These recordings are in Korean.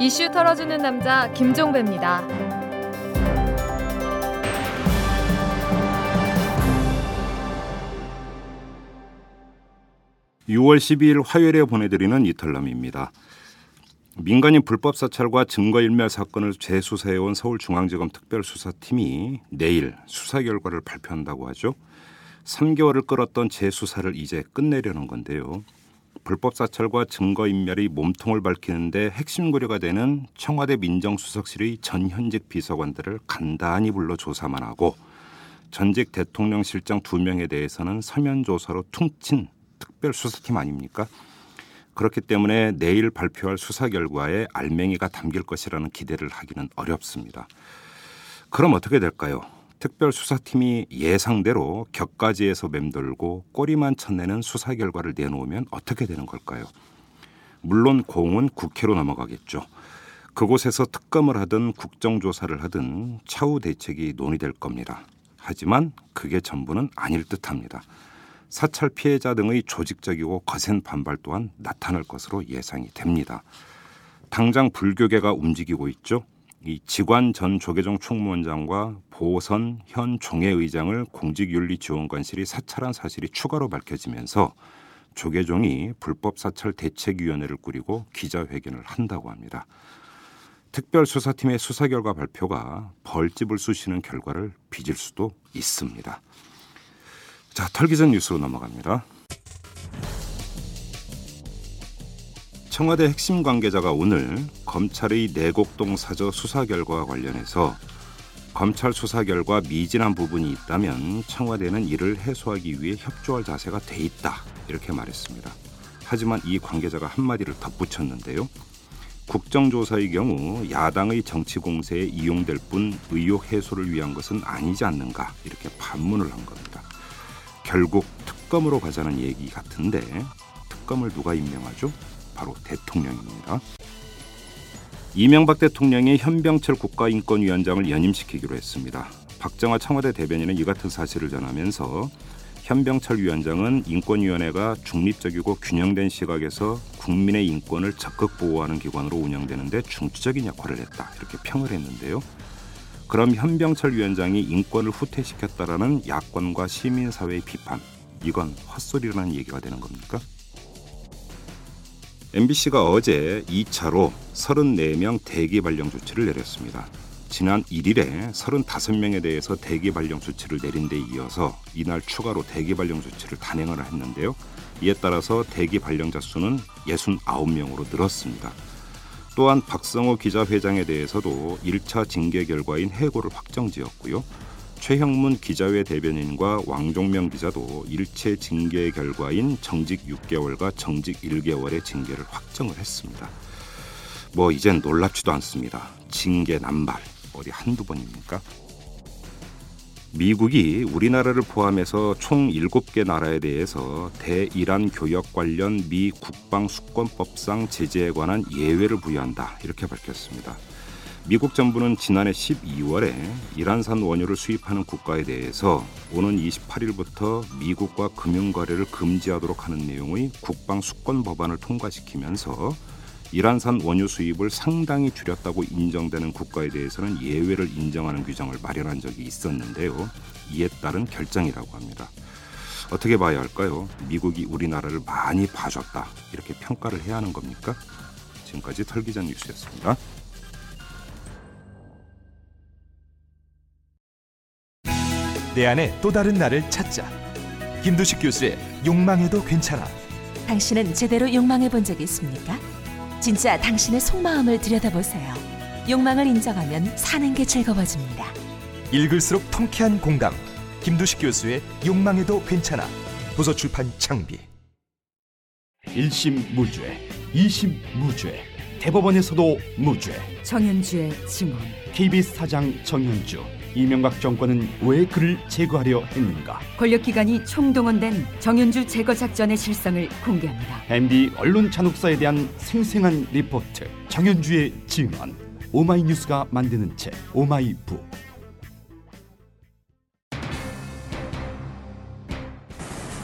이슈 털어주는 남자 김종배입니다. 6월 12일 화요일에 보내드리는 이탈남입니다. 민간인 불법 사찰과 증거인멸 사건을 재수사해온 서울중앙지검 특별수사팀이 내일 수사 결과를 발표한다고 하죠. 3개월을 끌었던 재수사를 이제 끝내려는 건데요. 불법 사찰과 증거인멸이 몸통을 밝히는데 핵심 고려가 되는 청와대 민정수석실의 전현직 비서관들을 간단히 불러 조사만 하고 전직 대통령 실장 두 명에 대해서는 서면 조사로 퉁친 특별 수사팀 아닙니까? 그렇기 때문에 내일 발표할 수사 결과에 알맹이가 담길 것이라는 기대를 하기는 어렵습니다. 그럼 어떻게 될까요? 특별 수사팀이 예상대로 격가지에서 맴돌고 꼬리만 쳐내는 수사 결과를 내놓으면 어떻게 되는 걸까요? 물론 공은 국회로 넘어가겠죠. 그곳에서 특검을 하든 국정조사를 하든 차후 대책이 논의될 겁니다. 하지만 그게 전부는 아닐 듯합니다. 사찰 피해자 등의 조직적이고 거센 반발 또한 나타날 것으로 예상이 됩니다. 당장 불교계가 움직이고 있죠. 이 지관 전 조계종 총무원장과 보선 현 종회의장을 공직윤리지원관실이 사찰한 사실이 추가로 밝혀지면서 조계종이 불법 사찰 대책위원회를 꾸리고 기자회견을 한다고 합니다. 특별수사팀의 수사 결과 발표가 벌집을 쑤시는 결과를 빚을 수도 있습니다. 자, 털기전 뉴스로 넘어갑니다. 청와대 핵심 관계자가 오늘 검찰의 내곡동 사저 수사 결과와 관련해서 검찰 수사 결과 미진한 부분이 있다면 청와대는 이를 해소하기 위해 협조할 자세가 돼 있다 이렇게 말했습니다. 하지만 이 관계자가 한마디를 덧붙였는데요. 국정조사의 경우 야당의 정치 공세에 이용될 뿐 의혹 해소를 위한 것은 아니지 않는가 이렇게 반문을 한 겁니다. 결국 특검으로 가자는 얘기 같은데 특검을 누가 임명하죠? 바로 대통령입니다. 이명박 대통령이 현병철 국가인권위원장을 연임시키기로 했습니다. 박정화 청와대 대변인은 이 같은 사실을 전하면서 현병철 위원장은 인권위원회가 중립적이고 균형된 시각에서 국민의 인권을 적극 보호하는 기관으로 운영되는데 중추적인 역할을 했다 이렇게 평을 했는데요. 그럼 현병철 위원장이 인권을 후퇴시켰다라는 야권과 시민사회의 비판 이건 헛소리라는 얘기가 되는 겁니까? MBC가 어제 2차로 34명 대기 발령 조치를 내렸습니다. 지난 1일에 35명에 대해서 대기 발령 조치를 내린 데 이어서 이날 추가로 대기 발령 조치를 단행을 했는데요. 이에 따라서 대기 발령자 수는 69명으로 늘었습니다. 또한 박성호 기자회장에 대해서도 1차 징계 결과인 해고를 확정지었고요. 최형문 기자회 대변인과 왕종명 기자도 일체 징계 결과인 정직 6개월과 정직 1개월의 징계를 확정을 했습니다. 뭐 이젠 놀랍지도 않습니다. 징계 남발 어디 한두 번입니까? 미국이 우리나라를 포함해서 총 7개 나라에 대해서 대이란 교역 관련 미 국방수권법상 제재에 관한 예외를 부여한다 이렇게 밝혔습니다. 미국 정부는 지난해 12월에 이란산 원유를 수입하는 국가에 대해서 오는 28일부터 미국과 금융 거래를 금지하도록 하는 내용의 국방 수권 법안을 통과시키면서 이란산 원유 수입을 상당히 줄였다고 인정되는 국가에 대해서는 예외를 인정하는 규정을 마련한 적이 있었는데요. 이에 따른 결정이라고 합니다. 어떻게 봐야 할까요? 미국이 우리나라를 많이 봐줬다. 이렇게 평가를 해야 하는 겁니까? 지금까지 털기전 뉴스였습니다. 내 안에 또 다른 나를 찾자. 김두식 교수의 욕망해도 괜찮아. 당신은 제대로 욕망해 본 적이 있습니까? 진짜 당신의 속마음을 들여다보세요. 욕망을 인정하면 사는 게 즐거워집니다. 읽을수록 통쾌한 공감. 김두식 교수의 욕망해도 괜찮아. 도서 출판 창비. 1심 무죄, 2심 무죄, 대법원에서도 무죄. 정현주의 증언. KBS 사장 정현주, 이명박 정권은 왜 그를 제거하려 했는가? 권력기관이 총동원된 정현주 제거 작전의 실상을 공개합니다. MB 언론 잔혹사에 대한 생생한 리포트, 정현주의 증언, 오마이뉴스가 만드는 책 오마이북.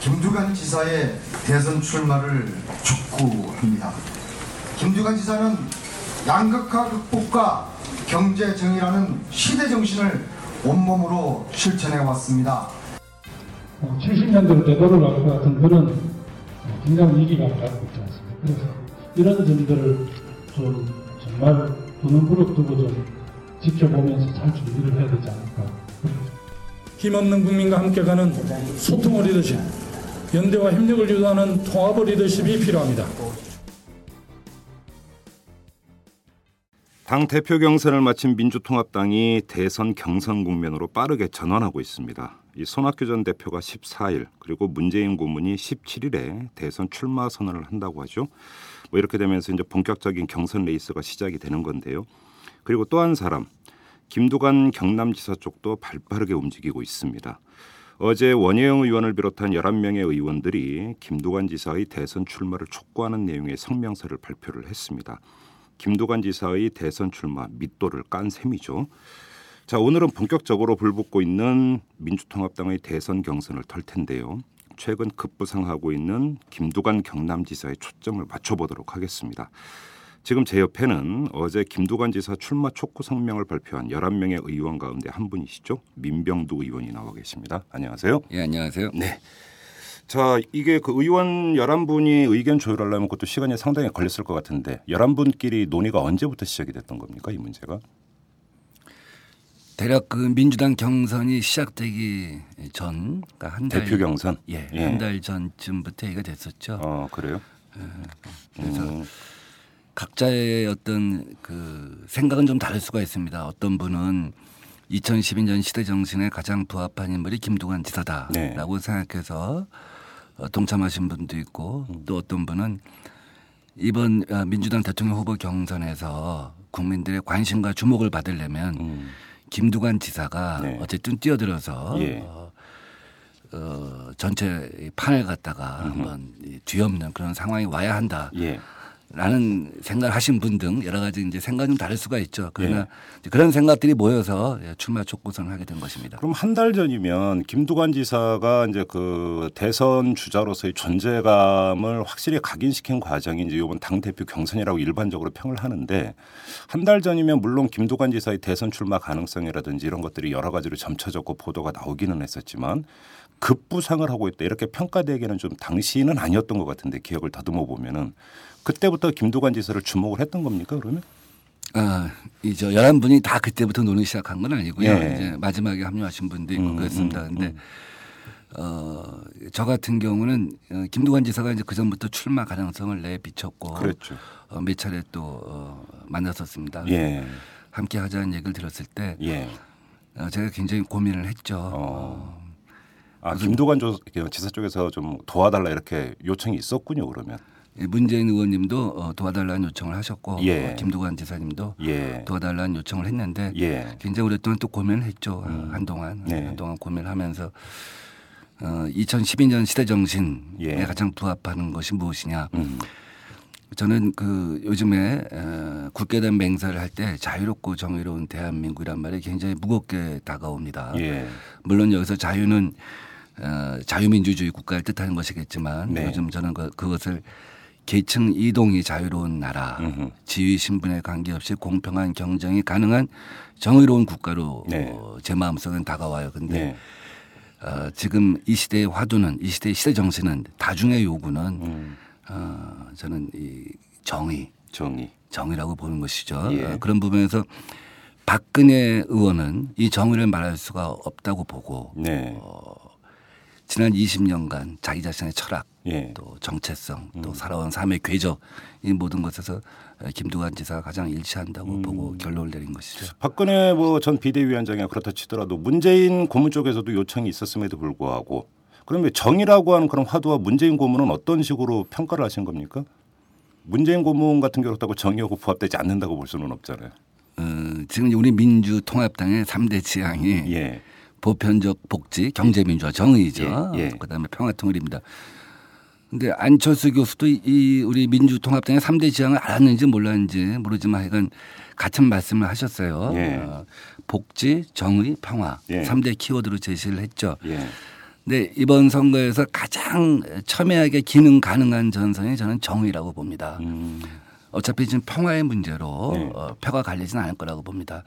김두관 지사의 대선 출마를 촉구합니다. 김두관 지사는 양극화 극복과 경제 정의라는 시대 정신을 온몸으로 실천해 왔습니다. 70년대로 어, 되돌아 갈것 같은 그런 어, 굉장히 위기감을 갖고 있지 않습니까? 그래서 이런 점들을 좀 정말 그 눈을 부릅뜨고 좀 지켜보면서 잘 준비를 해야 되지 않을까. 힘없는 국민과 함께 가는 소통의 리더십, 연대와 협력을 유도하는 통합의 리더십이 필요합니다. 당 대표 경선을 마친 민주통합당이 대선 경선 국면으로 빠르게 전환하고 있습니다. 이 손학규 전 대표가 14일 그리고 문재인 고문이 17일에 대선 출마 선언을 한다고 하죠. 뭐 이렇게 되면서 이제 본격적인 경선 레이스가 시작이 되는 건데요. 그리고 또 한 사람 김두관 경남지사 쪽도 발빠르게 움직이고 있습니다. 어제 원예영 의원을 비롯한 11명의 의원들이 김두관 지사의 대선 출마를 촉구하는 내용의 성명서를 발표를 했습니다. 김두관 지사의 대선 출마 밑도를 깐 셈이죠. 자, 오늘은 본격적으로 불붙고 있는 민주통합당의 대선 경선을 털 텐데요. 최근 급부상하고 있는 김두관 경남지사의 초점을 맞춰보도록 하겠습니다. 지금 제 옆에는 어제 김두관 지사 출마 촉구 성명을 발표한 11명의 의원 가운데 한 분이시죠. 민병두 의원이 나와 계십니다. 안녕하세요. 예, 안녕하세요. 네. 자, 이게 그 의원 11분이 의견 조율하려면 그것도 시간이 상당히 걸렸을 것 같은데 11분끼리 논의가 언제부터 시작이 됐던 겁니까? 이 문제가? 대략 그 민주당 경선이 시작되기 전, 그러니까 한 달, 대표 경선? 예, 예. 한 달 전쯤부터 얘기가 됐었죠. 아, 그래요? 그래서 각자의 어떤 그 생각은 좀 다를 수가 있습니다. 어떤 분은 2012년 시대 정신에 가장 부합한 인물이 김두관 네. 지사다라고 생각해서 어, 동참하신 분도 있고 음. 또 어떤 분은 이번 어, 민주당 대통령 후보 경선에서 국민들의 관심과 주목을 받으려면 음. 김두관 지사가 네. 어쨌든 뛰어들어서 예. 어, 어, 전체 이 판을 갖다가 한번 이 뒤엎는 그런 상황이 와야 한다. 예. 라는 생각을 하신 분 등 여러 가지 이제 생각이 좀 다를 수가 있죠. 그러나 예. 이제 그런 생각들이 모여서 예, 출마 촉구선을 하게 된 것입니다. 그럼 한 달 전이면 김두관 지사가 이제 그 대선 주자로서의 존재감을 확실히 각인시킨 과정이 이제 이번 당 대표 경선이라고 일반적으로 평을 하는데 한 달 전이면 물론 김두관 지사의 대선 출마 가능성이라든지 이런 것들이 여러 가지로 점쳐졌고 보도가 나오기는 했었지만 급부상을 하고 있다 이렇게 평가되기에는 좀 당시는 아니었던 것 같은데 기억을 더듬어 보면은 그때부터 김두관 지사를 주목을 했던 겁니까 그러면? 아, 이저 11분이 다 그때부터 논의 시작한 건 아니고요. 예. 이제 마지막에 합류하신 분도 있고 음, 그랬습니다. 음, 근데 어, 저 같은 경우는 어, 김두관 지사가 이제 그전부터 출마 가능성을 내비쳤고 그랬죠. 어, 몇 차례 또 어, 만났었습니다. 그렇죠. 예, 함께 하자는 얘기를 들었을 때 예. 어, 제가 굉장히 고민을 했죠. 어. 아 김도관 조, 지사 쪽에서 좀 도와달라 이렇게 요청이 있었군요 그러면 예, 문재인 의원님도 어, 도와달라는 요청을 하셨고 예. 어, 김두관 지사님도 예. 도와달라는 요청을 했는데 예. 굉장히 오랫동안 또 고민을 했죠 아, 한동안 네. 한동안 고민을 하면서 어, 2012년 시대 정신에 예. 가장 부합하는 것이 무엇이냐 음. 저는 그 요즘에 어, 국계단 맹사를 할 때 자유롭고 정의로운 대한민국이란 말이 굉장히 무겁게 다가옵니다. 예. 물론 여기서 자유는 어, 자유민주주의 국가를 뜻하는 것이겠지만 네. 요즘 저는 그, 그것을 계층 이동이 자유로운 나라, 음흠. 지위 신분에 관계없이 공평한 경쟁이 가능한 정의로운 국가로 네. 어, 제 마음속엔 다가와요. 근데 네. 어, 지금 이 시대의 화두는 이 시대의 시대 정신은 다중의 요구는 음. 어, 저는 이 정의, 정의. 정의라고 보는 것이죠. 예. 어, 그런 부분에서 박근혜 의원은 이 정의를 말할 수가 없다고 보고 네. 어, 지난 20년간 자기 자신의 철학 예. 또 정체성 또 음. 살아온 삶의 궤적 이 모든 것에서 김두관 지사가 가장 음. 일치한다고 보고 결론을 내린 것이죠. 박근혜 뭐 전 비대위원장이 그렇다 치더라도 문재인 고문 쪽에서도 요청이 있었음에도 불구하고 그러면 정의라고 하는 그런 화두와 문재인 고문은 어떤 식으로 평가를 하신 겁니까? 문재인 고문 같은 경우 그렇다고 정의하고 부합되지 않는다고 볼 수는 없잖아요. 어, 지금 이제 우리 민주통합당의 삼대 지향이 예. 보편적 복지, 경제민주화, 정의죠. 예, 예. 그다음에 평화통일입니다. 근데 안철수 교수도 이- 이 우리 민주통합당의 삼대 지향을 알았는지 몰랐는지 모르지만 하여간 같은 말씀을 하셨어요. 예. 어, 복지, 정의, 평화 예. 삼대 키워드로 제시를 했죠. 예. 근데 네, 이번 선거에서 가장 첨예하게 기능 가능한 전선이 저는 정의라고 봅니다. 음. 어차피 지금 평화의 문제로 네. 어, 표가 갈리지는 않을 거라고 봅니다.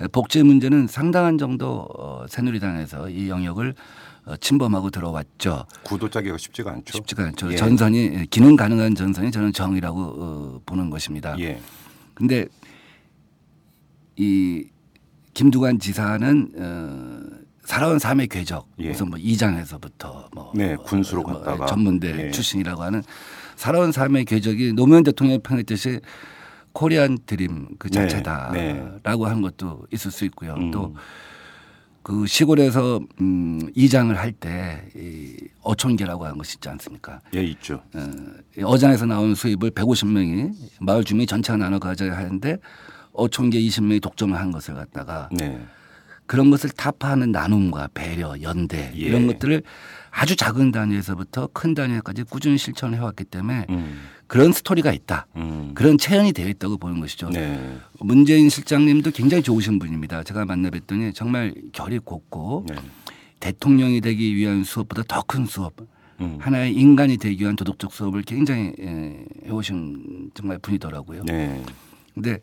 에, 복지 문제는 상당한 정도 어, 새누리당에서 이 영역을 어, 침범하고 들어왔죠. 구도 짜기가 쉽지가 않죠. 쉽지가 않죠. 예. 전선이 예, 기능 가능한 전선이 저는 정이라고 어, 보는 것입니다. 예. 근데 이 김두관 지사는 어, 살아온 삶의 궤적 예. 우선 뭐 이장에서부터 뭐 네, 군수로 뭐 갔다가. 전문대 예. 출신이라고 하는 살아온 삶의 궤적이 노무현 대통령이 평했듯이 코리안 드림 그 네, 자체다라고 네. 하는 것도 있을 수 있고요. 음. 또 그 시골에서 음, 이장을 할 때 이 어촌계라고 하는 것이 있지 않습니까? 예, 있죠. 어, 이 어장에서 나온 수입을 150명이 마을 주민 전체가 나눠 가져야 하는데 어촌계 20명이 독점을 한 것을 갖다가 네. 그런 것을 타파하는 나눔과 배려, 연대 예. 이런 것들을 아주 작은 단위에서부터 큰 단위까지 꾸준히 실천해 왔기 때문에 음. 그런 스토리가 있다. 음. 그런 체현이 되어 있다고 보는 것이죠. 네. 문재인 실장님도 굉장히 좋으신 분입니다. 제가 만나 뵀더니 정말 결이 곱고 네. 대통령이 되기 위한 수업보다 더 큰 수업, 음. 하나의 인간이 되기 위한 도덕적 수업을 굉장히 예, 해오신 정말 분이더라고요. 네. 근데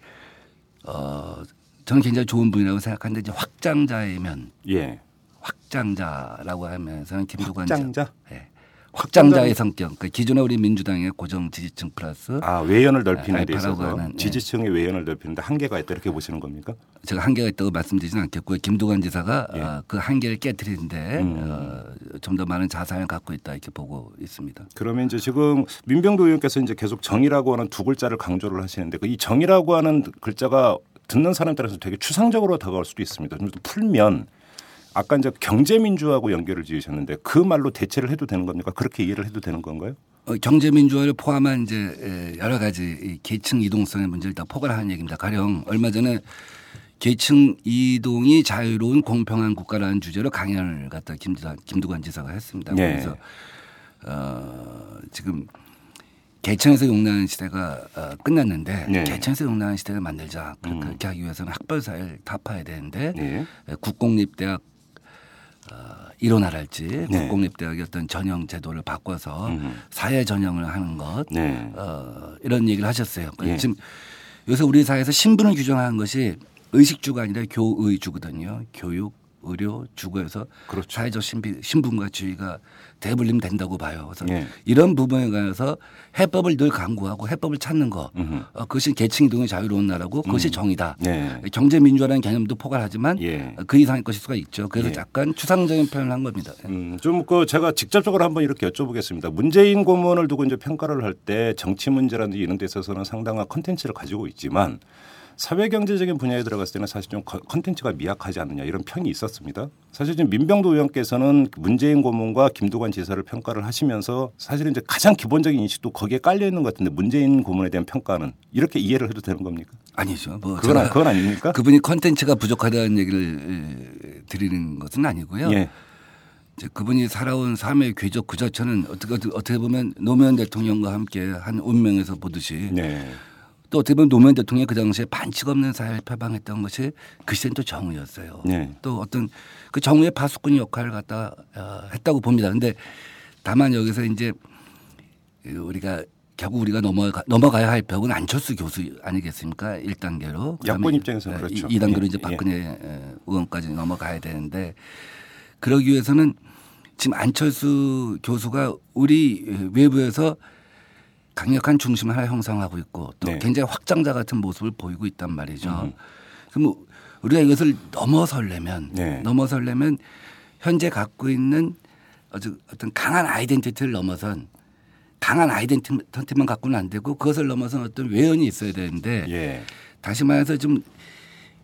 어, 저는 굉장히 좋은 분이라고 생각하는데 이제 확장자이면 예. 확장자라고 하면서는 김두관 지- 확장자? 예. 확장자의 성격. 그러니까 기존에 우리 민주당의 고정 지지층 플러스 아, 외연을 넓히는 데 알파라고 있어서 하는, 예. 지지층의 외연을 넓히는데 한계가 있다 이렇게 보시는 겁니까? 제가 한계가 있다고 말씀드리지는 않겠고요. 김두관 지사가 예. 어, 그 한계를 깨뜨리는데 음. 어, 좀 더 많은 자산을 갖고 있다 이렇게 보고 있습니다. 그러면 이제 지금 민병도 의원께서 이제 계속 정의라고 하는 두 글자를 강조를 하시는데 그 이 정의라고 하는 글자가 듣는 사람 따라서 되게 추상적으로 다가올 수도 있습니다. 좀 풀면 아까 이제 경제민주하고 연결을 지으셨는데 그 말로 대체를 해도 되는 겁니까? 그렇게 이해를 해도 되는 건가요? 어, 경제민주화를 포함한 이제 에, 여러 가지 이 계층 이동성의 문제를 다 포괄하는 얘기입니다. 가령 얼마 전에 계층 이동이 자유로운 공평한 국가라는 주제로 강연을 갖다 김두관, 김두관 지사가 했습니다. 네. 그래서 어, 지금 계층에서 용나는 시대가 어, 끝났는데 네. 계층에서 용나는 시대를 만들자 음. 그렇게 하기 위해서는 학벌 사회를 타파해야 되는데 네. 에, 국공립대학 어, 일어나랄지 네. 국공립대학의 어떤 전형 제도를 바꿔서 음. 사회 전형을 하는 것 네. 어, 이런 얘기를 하셨어요. 예. 지금 요새 우리 사회에서 신분을 규정하는 것이 의식주가 아니라 교의주거든요. 교육, 의료, 주거에서 그렇죠. 사회적 신비, 신분과 지위가 대불림 된다고 봐요. 그래서 예. 이런 부분에 관해서 해법을 늘 강구하고 해법을 찾는 거 음흠. 어, 그것이 계층 이동의 자유로운 나라고 그것이 정의다. 네. 경제 민주화라는 개념도 포괄하지만 예. 그 이상의 것일 수가 있죠. 그래서 예. 약간 추상적인 표현을 한 겁니다. 음, 좀 그 제가 직접적으로 한번 이렇게 여쭤보겠습니다. 문재인 고문을 두고 이제 평가를 할 때 정치 문제라든지 이런 데 있어서는 상당한 컨텐츠를 가지고 있지만 사회경제적인 분야에 들어갔을 때는 사실 좀 컨- 컨텐츠가 미약하지 않느냐 이런 평이 있었습니다. 사실 지금 민병도 의원께서는 문재인 고문과 김두관 지사를 평가를 하시면서 사실은 이제 가장 기본적인 인식도 거기에 깔려 있는 것 같은데 문재인 고문에 대한 평가는 이렇게 이해를 해도 되는 겁니까? 아니죠. 뭐 그건, 아- 제가 그건 아닙니까? 그분이 컨텐츠가 부족하다는 얘기를 에, 드리는 것은 아니고요. 예. 이제 그분이 살아온 삶의 궤적 그 자체는 어떻게 어떻게- 어떻게 보면 노무현 대통령과 함께 한 운명에서 보듯이 네. 또 어떻게 보면 노무현 대통령이 그 당시에 반칙 없는 사회를 표방했던 것이 그 시대는 또 정의였어요. 네. 또 어떤 그 정의의 파수꾼 역할을 갖다 어, 했다고 봅니다. 근데 다만 여기서 이제 그 우리가 결국 우리가 넘어가, 넘어가야 할 벽은 안철수 교수 아니겠습니까? 1단계로. 야권 입장에서는 그렇죠. 2단계로 예, 이제 예. 박근혜 어, 의원까지 넘어가야 되는데 그러기 위해서는 지금 안철수 교수가 우리 외부에서 강력한 중심을 하나 형성하고 있고 또 네. 굉장히 확장자 같은 모습을 보이고 있단 말이죠. 그럼 우리가 이것을 넘어설려면 네. 넘어설려면 현재 갖고 있는 아주 어떤 강한 아이덴티티를 넘어선 강한 아이덴티티만 갖고는 안 되고 그것을 넘어선 어떤 외연이 있어야 되는데 예. 다시 말해서 좀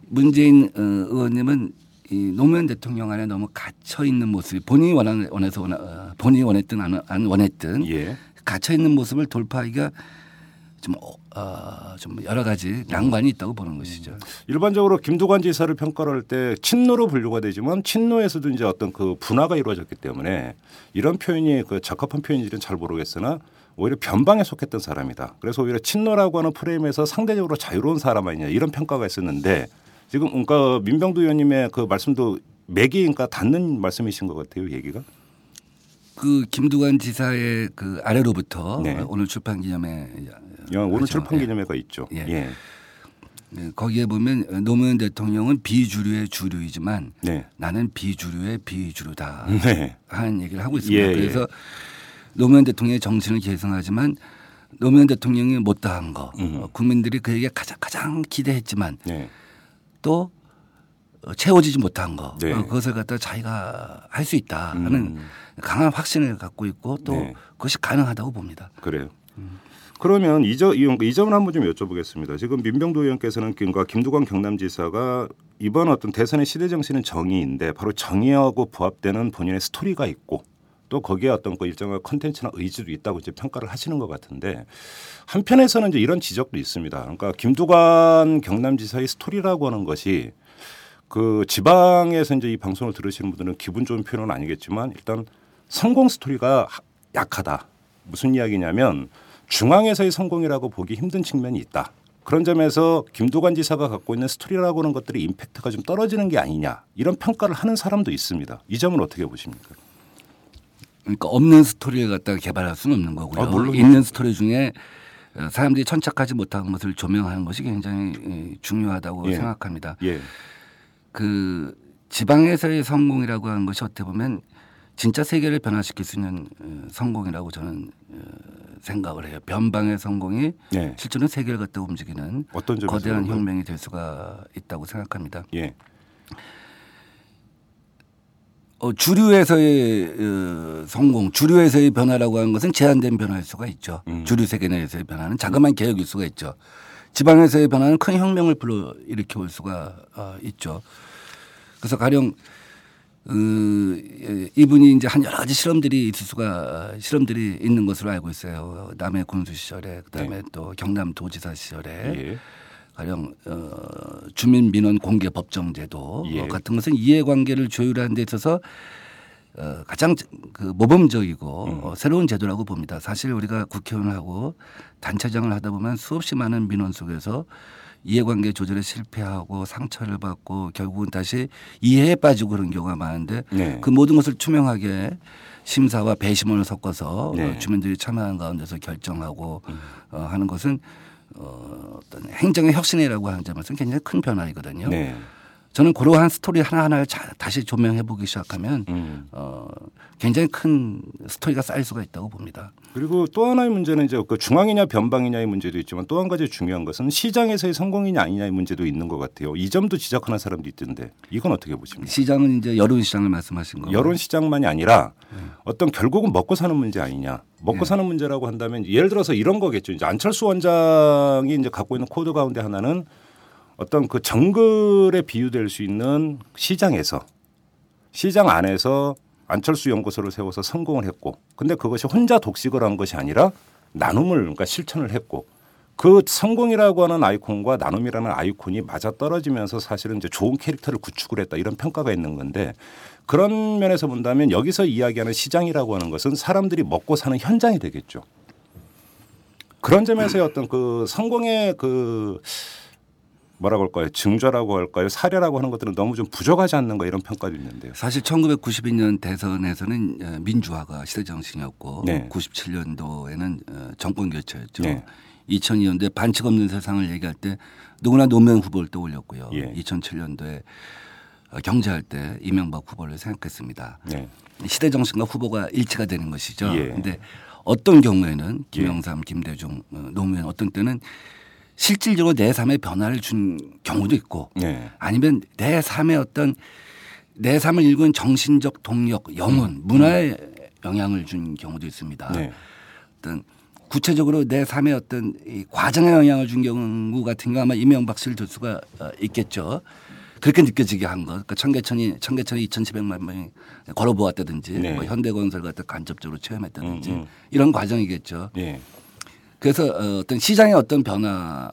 문재인 어, 의원님은 이 노무현 대통령 안에 너무 갇혀 있는 모습이 본인이 원한 원해서 원하, 어, 본인이 원했든 안, 안 원했든 예. 갇혀 있는 모습을 돌파하기가 좀, 어, 어, 좀 여러 가지 난관이 있다고 음. 보는 것이죠. 일반적으로 김두관 지사를 평가를 할 때 친노로 분류가 되지만 친노에서도 이제 어떤 그 분화가 이루어졌기 때문에 이런 표현이 그 적합한 표현인지는 잘 모르겠으나 오히려 변방에 속했던 사람이다. 그래서 오히려 친노라고 하는 프레임에서 상대적으로 자유로운 사람 아니냐 이런 평가가 있었는데 지금 그러니까 민병두 의원님의 그 말씀도 맥이 그러니까 닿는 말씀이신 것 같아요 얘기가. 그 김두관 지사의 그 아래로부터 네. 오늘 출판 기념에 어, 있습니다. 야, 오늘 그렇죠. 출판 예. 기념회가 있죠. 예. 예. 예, 거기에 보면 노무현 대통령은 비주류의 주류이지만 네. 나는 비주류의 비주류다 네. 하는 얘기를 하고 있습니다. 예, 예. 그래서 노무현 대통령의 정신을 계승하지만 노무현 대통령이 못다한 거 음. 어, 국민들이 그에게 가장 가장 기대했지만 네. 또 어, 채워지지 못한 거 네. 음. 어, 그것을 갖다 자기가 할 수 있다 하는 강한 확신을 갖고 있고 또 네. 그것이 가능하다고 봅니다. 그래요. 그러면 이, 점- 이, 이 점을 한번 좀 여쭤보겠습니다. 지금 민병도 의원께서는 김과 김두관 경남지사가 이번 어떤 대선의 시대 정신은 정의인데 바로 정의하고 부합되는 본인의 스토리가 있고 또 거기에 어떤 그 일정한 컨텐츠나 의지도 있다고 이제 평가를 하시는 것 같은데 한편에서는 이제 이런 지적도 있습니다. 그러니까 김두관 경남지사의 스토리라고 하는 것이 그 지방에서 이제 이 방송을 들으시는 분들은 기분 좋은 표현은 아니겠지만 일단 성공 스토리가 하- 약하다. 무슨 이야기냐면 중앙에서의 성공이라고 보기 힘든 측면이 있다. 그런 점에서 김도관 지사가 갖고 있는 스토리라고 하는 것들이 임팩트가 좀 떨어지는 게 아니냐 이런 평가를 하는 사람도 있습니다. 이 점은 어떻게 보십니까? 그러니까 없는 스토리를 갖다가 개발할 수는 없는 거고요. 아, 물론이죠. 있는 스토리 중에 어, 사람들이 천착하지 못한 것을 조명하는 것이 굉장히 예, 중요하다고 예. 생각합니다. 예, 그 지방에서의 성공이라고 하는 것이 어떻게 보면 진짜 세계를 변화시킬 수 있는 어, 성공이라고 저는 어, 생각을 해요. 변방의 성공이 예. 실제로 세계를 갖다 움직이는 어떤 점에서 거대한 그런가요? 혁명이 될 수가 있다고 생각합니다. 예, 어, 주류에서의 어, 성공, 주류에서의 변화라고 하는 것은 제한된 변화일 수가 있죠. 주류 세계 내에서의 변화는 자그마한 개혁일 수가 있죠. 지방에서의 변화는 큰 혁명을 불러일으켜 올 수가 어, 있죠. 그래서 가령 어, 예, 이분이 이제 한 여러 가지 실험들이 있을 수가 실험들이 있는 것으로 알고 있어요. 남해 군수 시절에 그다음에 또 경남 도지사 시절에 예. 가령 어, 주민 민원 공개 법정제도 예. 어, 같은 것은 이해관계를 조율하는 데 있어서 어, 가장 저- 그 모범적이고 음. 어, 새로운 제도라고 봅니다. 사실 우리가 국회의원하고 단체장을 하다 보면 수없이 많은 민원 속에서 이해관계 조절에 실패하고 상처를 받고 결국은 다시 이해에 빠지고 그런 경우가 많은데 네. 그 모든 것을 투명하게 심사와 배심원을 섞어서 네. 어, 주민들이 참여한 가운데서 결정하고 어, 하는 것은 어, 어떤 행정의 혁신이라고 하는 점에서는 굉장히 큰 변화이거든요. 네, 저는 그러한 스토리 하나하나를 자- 다시 조명해 보기 시작하면 음. 어, 굉장히 큰 스토리가 쌓일 수가 있다고 봅니다. 그리고 또 하나의 문제는 이제 그 중앙이냐 변방이냐의 문제도 있지만 또 한 가지 중요한 것은 시장에서의 성공이냐 아니냐의 문제도 있는 것 같아요. 이 점도 지적하는 사람도 있던데 이건 어떻게 보십니까? 시장은 이제 여론 시장을 말씀하신 거고 네. 여론 시장만이 아니라 어떤 결국은 먹고 사는 문제 아니냐. 먹고 네. 사는 문제라고 한다면 예를 들어서 이런 거겠죠. 이제 안철수 원장이 이제 갖고 있는 코드 가운데 하나는 어떤 그 정글에 비유될 수 있는 시장에서 시장 안에서 안철수 연구소를 세워서 성공을 했고 근데 그것이 혼자 독식을 한 것이 아니라 나눔을 그러니까 실천을 했고 그 성공이라고 하는 아이콘과 나눔이라는 아이콘이 맞아 떨어지면서 사실은 이제 좋은 캐릭터를 구축을 했다 이런 평가가 있는 건데 그런 면에서 본다면 여기서 이야기하는 시장이라고 하는 것은 사람들이 먹고 사는 현장이 되겠죠. 그런 점에서의 어떤 그 성공의 그 뭐라고 할까요? 증조라고 할까요? 사례라고 하는 것들은 너무 좀 부족하지 않는가 이런 평가도 있는데요. 사실 1992년 대선에서는 어, 민주화가 시대 정신이었고 네. 97년도에는 어, 정권 교체였죠. 네. 2002년도에 반칙 없는 세상을 얘기할 때 누구나 노무현 후보를 떠올렸고요. 예. 2007년도에 어, 경제할 때 이명박 후보를 생각했습니다. 네. 시대 정신과 후보가 일치가 되는 것이죠. 예. 근데 어떤 경우에는 김영삼, 김대중, 어, 노무현 어떤 때는 실질적으로 내 삶의 변화를 준 경우도 있고 네. 아니면 내 삶의 어떤 내 삶을 읽은 정신적 동력, 영혼, 문화에 영향을 준 경우도 있습니다. 음. 네. 어떤 구체적으로 내 삶의 어떤 이 과정에 영향을 준 경우 같은 경우 아마 이명박 씨를 들 수가 어, 있겠죠. 그렇게 느껴지게 한 것. 그러니까 청계천이 청계천이 2,700만 명이 걸어보았다든지 네. 뭐 현대건설 같은 간접적으로 체험했다든지 음, 음. 이런 과정이겠죠. 예. 그래서 어, 어떤 시장의 어떤 변화,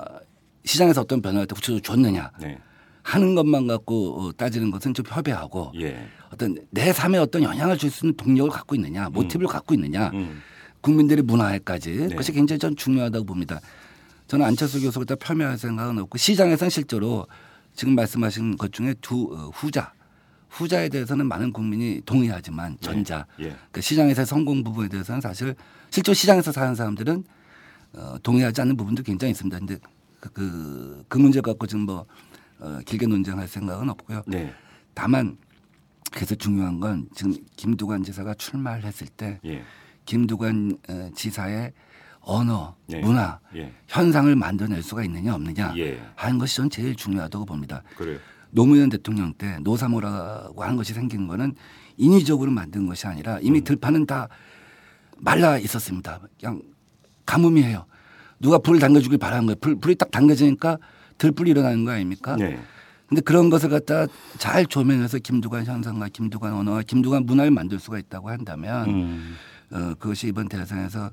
시장에서 어떤 변화를 또 구체적으로 줬느냐 네. 하는 것만 갖고 어, 따지는 것은 좀 협의하고 예. 어떤 내 삶에 어떤 영향을 줄 수 있는 동력을 갖고 있느냐, 모티브를 갖고 있느냐, 음. 네. 국민들의 문화에까지 그것이 굉장히 전 중요하다고 봅니다. 저는 안철수 교수가 다 폄훼할 생각은 없고 시장에서는 실제로 지금 말씀하신 것 중에 두 어, 후자 후자에 대해서는 많은 국민이 동의하지만 전자 그러니까 예. 그 시장에서 성공 부분에 대해서는 사실 실제 시장에서 사는 사람들은 어, 동의하지 않는 부분도 굉장히 있습니다. 근데 그, 그, 그 문제 갖고 지금 뭐 어, 길게 논쟁할 생각은 없고요. 네. 다만 그래서 중요한 건 지금 김두관 지사가 출마를 했을 때 예. 김두관 어, 지사의 언어, 네. 문화, 예. 현상을 만들어낼 수가 있느냐 없느냐 예. 하는 것이 전 제일 중요하다고 봅니다. 그래요. 노무현 대통령 때 노사모라고 하는 것이 생긴 거는 인위적으로 만든 것이 아니라 이미 음. 들판은 다 말라 있었습니다. 그냥 가뭄이에요. 누가 불을 당겨주길 바라는 거예요. 불, 불이 딱 당겨지니까 들불이 일어나는 거 아닙니까? 네. 근데 그런 것을 갖다 잘 조명해서 김두관 현상과 김두관 언어와 김두관 문화를 만들 수가 있다고 한다면 음. 어, 그것이 이번 대선에서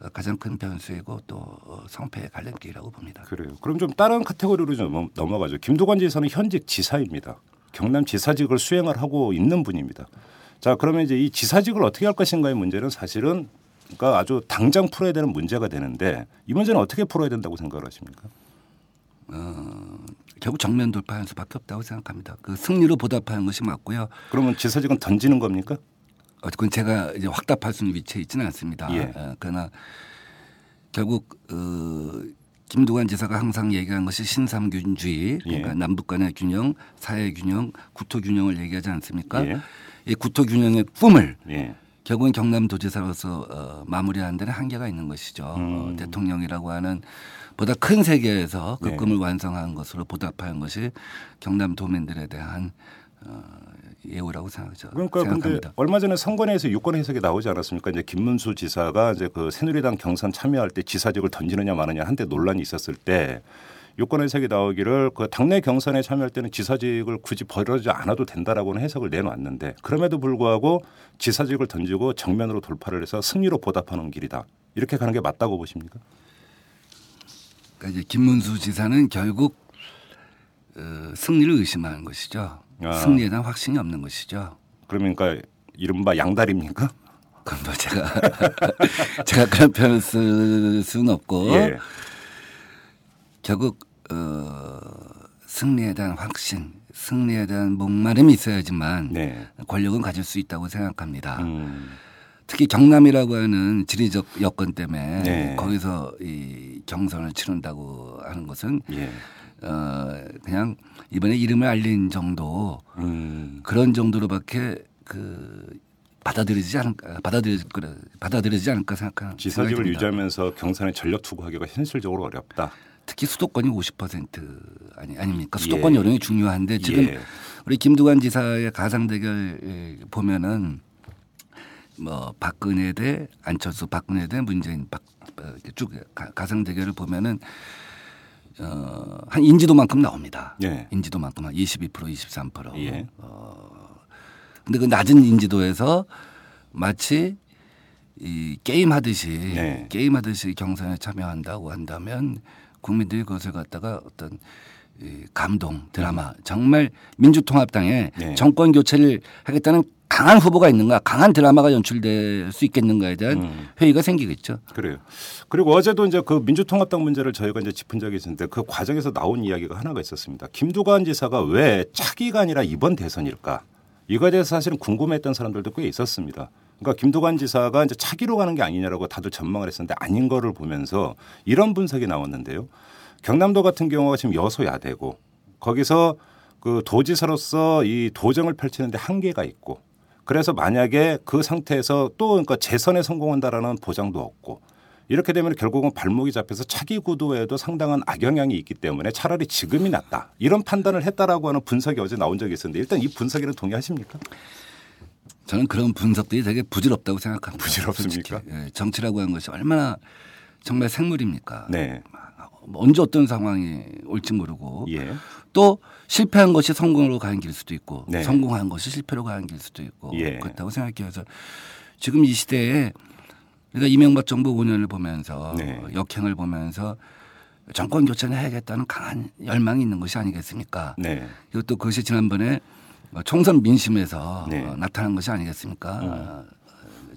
어, 가장 큰 변수이고 또 어, 성패의 갈림길이라고 봅니다. 그래요. 그럼 좀 다른 카테고리로 좀 넘- 넘어가죠. 김두관 지사는 현직 지사입니다. 경남 지사직을 수행을 하고 있는 분입니다. 자, 그러면 이제 이 지사직을 어떻게 할 것인가의 문제는 사실은 그러니까 아주 당장 풀어야 되는 문제가 되는데 이 문제는 어떻게 풀어야 된다고 생각을 하십니까? 어, 결국 정면 돌파할 수밖에 없다고 생각합니다. 그 승리로 보답하는 것이 맞고요. 그러면 지사직은 던지는 겁니까? 어, 그건 제가 이제 확답할 수 있는 위치에 있지는 않습니다. 예. 어, 그러나 결국 어, 김두관 지사가 항상 얘기한 것이 신삼균주의, 그러니까 예. 남북 간의 균형, 사회 균형, 구토 균형을 얘기하지 않습니까? 예. 이 구토 균형의 꿈을 예. 결국은 경남도지사로서 어, 마무리하는 데는 한계가 있는 것이죠. 음. 어, 대통령이라고 하는 보다 큰 세계에서 그 네. 꿈을 완성한 것으로 보답하는 것이 경남 도민들에 대한 어, 예우라고 생각하죠. 그러니까 근데 생각합니다. 얼마 전에 선관위에서 유권 해석이 나오지 않았습니까? 이제 김문수 지사가 이제 그 새누리당 경선 참여할 때 지사직을 던지느냐 마느냐 한때 논란이 있었을 때 유권 해석이 나오기를 그 당내 경선에 참여할 때는 지사직을 굳이 버려지 않아도 된다라고는 해석을 내놓았는데 그럼에도 불구하고 지사직을 던지고 정면으로 돌파를 해서 승리로 보답하는 길이다. 이렇게 가는 게 맞다고 보십니까? 그러니까 이제 김문수 지사는 결국 어, 승리를 의심하는 것이죠. 아. 승리에 대한 확신이 없는 것이죠. 그러니까 이른바 양다리입니까? 그럼 뭐 제가 제가 그런 표현을 쓸 수는 없고 예. 결국 어, 승리에 대한 확신, 승리에 대한 목마름이 있어야지만 네. 권력은 가질 수 있다고 생각합니다. 음. 특히 경남이라고 하는 지리적 여건 때문에 네. 거기서 이 경선을 치른다고 하는 것은 예. 어, 그냥 이번에 이름을 알린 정도 음. 그런 정도로밖에 그 받아들이지 않을 받아들일 거라 받아들이지 않을까 생각하는 지사직을 생각이 듭니다. 유지하면서 경선에 전력 투구하기가 현실적으로 어렵다. 특히 수도권이 50% 아니 아닙니까? 수도권 예. 여론이 중요한데 지금 예. 우리 김두관 지사의 가상 대결 예, 보면은 뭐 박근혜 대 안철수, 박근혜 대 문재인 박, 어, 이렇게 쭉 가- 가상 대결을 보면은 어, 한 인지도만큼 나옵니다. 예. 인지도만큼 한 22%, 23%. 예. 어, 근데 그 낮은 인지도에서 마치 이 게임 하듯이 네. 게임 하듯이 경선에 참여한다고 한다면 국민들이 그것을 갖다가 어떤 이 감동 드라마 정말 민주통합당에 음. 네. 정권 교체를 하겠다는 강한 후보가 있는가 강한 드라마가 연출될 수 있겠는가에 대한 음. 회의가 생기겠죠. 그래요. 그리고 어제도 이제 그 민주통합당 문제를 저희가 이제 짚은 적이 있는데 그 과정에서 나온 이야기가 하나가 있었습니다. 김두관 지사가 왜 차기가 아니라 이번 대선일까? 이거에 대해서 사실은 궁금했던 사람들도 꽤 있었습니다. 그러니까 김두관 지사가 이제 차기로 가는 게 아니냐라고 다들 전망을 했었는데 아닌 거를 보면서 이런 분석이 나왔는데요. 경남도 같은 경우가 지금 여소야대고 거기서 그 도지사로서 이 도정을 펼치는데 한계가 있고 그래서 만약에 그 상태에서 또 그러니까 재선에 성공한다라는 보장도 없고 이렇게 되면 결국은 발목이 잡혀서 차기 구도에도 상당한 악영향이 있기 때문에 차라리 지금이 낫다 이런 판단을 했다라고 하는 분석이 어제 나온 적이 있었는데 일단 이 분석에는 동의하십니까? 저는 그런 분석들이 되게 부질없다고 생각합니다. 부질없습니까? 솔직히. 예, 정치라고 하는 것이 얼마나 정말 생물입니까? 네, 언제 어떤 상황이 올지 모르고 예, 또 실패한 것이 성공으로 가는 길일 수도 있고 네. 성공한 것이 실패로 가는 길일 수도 있고 예. 그렇다고 생각해요. 그래서 지금 이 시대에 우리가 이명박 정부 5년을 보면서 네. 역행을 보면서 정권 교체를 해야겠다는 강한 열망이 있는 것이 아니겠습니까? 네, 그리고 또 그것이 지난번에 어, 총선 민심에서 네. 음. 어, 나타난 것이 아니겠습니까? 어,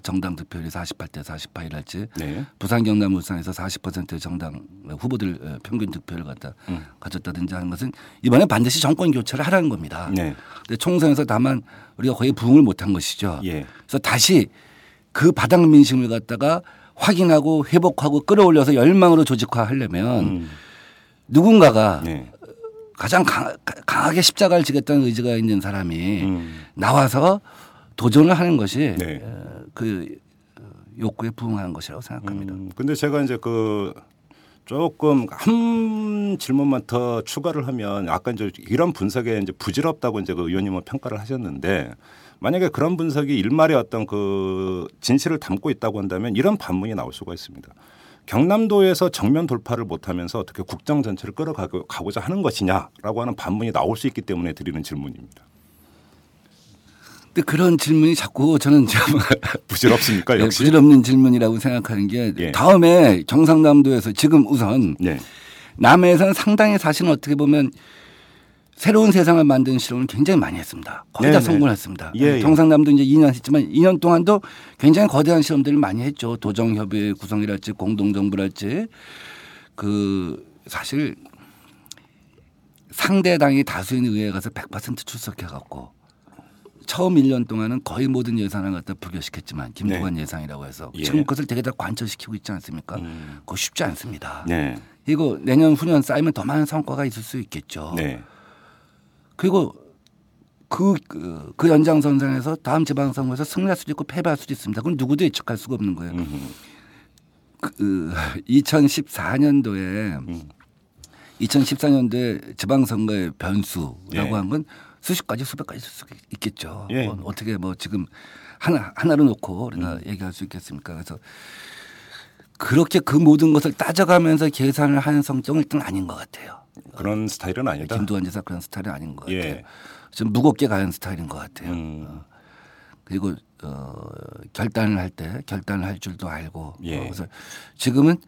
정당 득표율이 48대 48이랄지 네, 부산 경남 울산에서 40%의 정당 후보들 어, 평균 득표를 갖다 음. 가졌다든지 하는 것은 이번에 반드시 정권 교체를 하라는 겁니다. 네. 근데 총선에서 다만 우리가 거의 부응을 못한 것이죠. 예. 그래서 다시 그 바닥 민심을 갖다가 확인하고 회복하고 끌어올려서 열망으로 조직화하려면 누군가가 음. 네. 가장 강, 하게 십자가를 지겠다는 의지가 있는 사람이 음. 나와서 도전을 하는 것이 네. 어, 그 욕구에 부응하는 것이라고 생각합니다. 음, 근데 제가 이제 그 조금 한 질문만 더 추가를 하면 아까 이제 이런 분석에 이제 부질없다고 이제 그 의원님은 평가를 하셨는데 만약에 그런 분석이 일말의 어떤 그 진실을 담고 있다고 한다면 이런 반문이 나올 수가 있습니다. 경남도에서 정면 돌파를 못하면서 어떻게 국정 전체를 끌어가고자 하는 것이냐라고 하는 반문이 나올 수 있기 때문에 드리는 질문입니다. 근데 그런 질문이 자꾸 저는 좀 부질없습니까 예, 역시? 부질없는 질문이라고 생각하는 게 예. 다음에 경상남도에서 지금 우선 네. 남해에서는 상당히 사실은 어떻게 보면 새로운 세상을 만드는 실험을 굉장히 많이 했습니다. 거의 다 네네. 성공했습니다. 예, 예. 경상남도 이제 2년 했지만 2년 동안도 굉장히 거대한 실험들을 많이 했죠. 도정협의 구성이랄지 공동정부랄지 그 사실 상대당이 다수인 의회에 가서 100% 출석해갖고 처음 1년 동안은 거의 모든 예산을 갖다 부결시켰지만 김부관 예산이라고 해서 예. 지금 그것을 되게 다 관철시키고 있지 않습니까? 음. 그거 쉽지 않습니다. 네. 이거 내년 후년 쌓이면 더 많은 성과가 있을 수 있겠죠. 네. 그리고 그, 그, 그 연장선상에서 다음 지방선거에서 승리할 수도 있고 패배할 수도 있습니다. 그건 누구도 예측할 수가 없는 거예요. 음. 그, 2014년도에 음. 2014년도에 지방선거의 변수라고 예. 한 건 수십 가지 수백 가지 있을 수 있겠죠. 예. 뭐 어떻게 뭐 지금 하나 하나로 놓고 우리가 음. 얘기할 수 있겠습니까? 그래서 그렇게 그 모든 것을 따져가면서 계산을 하는 성격은 일단 아닌 것 같아요. 그런 스타일은 아니다. 그러니까 김두한 지사 그런 스타일은 아닌 것 같아요. 예. 좀 무겁게 가는 스타일인 것 같아요. 음. 그리고 어, 결단을 할 때 결단을 할 줄도 알고 예. 어, 그래서 지금은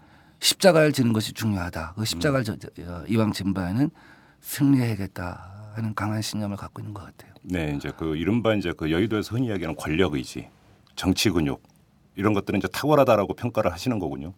십자가를 지는 것이 중요하다. 그 십자가를 음. 저, 저, 어, 이왕 진 바에는 승리해야겠다 하는 강한 신념을 갖고 있는 것 같아요. 네, 이제 그 이른바 이제 그 여의도에서 흔히 이야기하는 권력 의지, 정치 근육 이런 것들은 이제 탁월하다라고 평가를 하시는 거군요.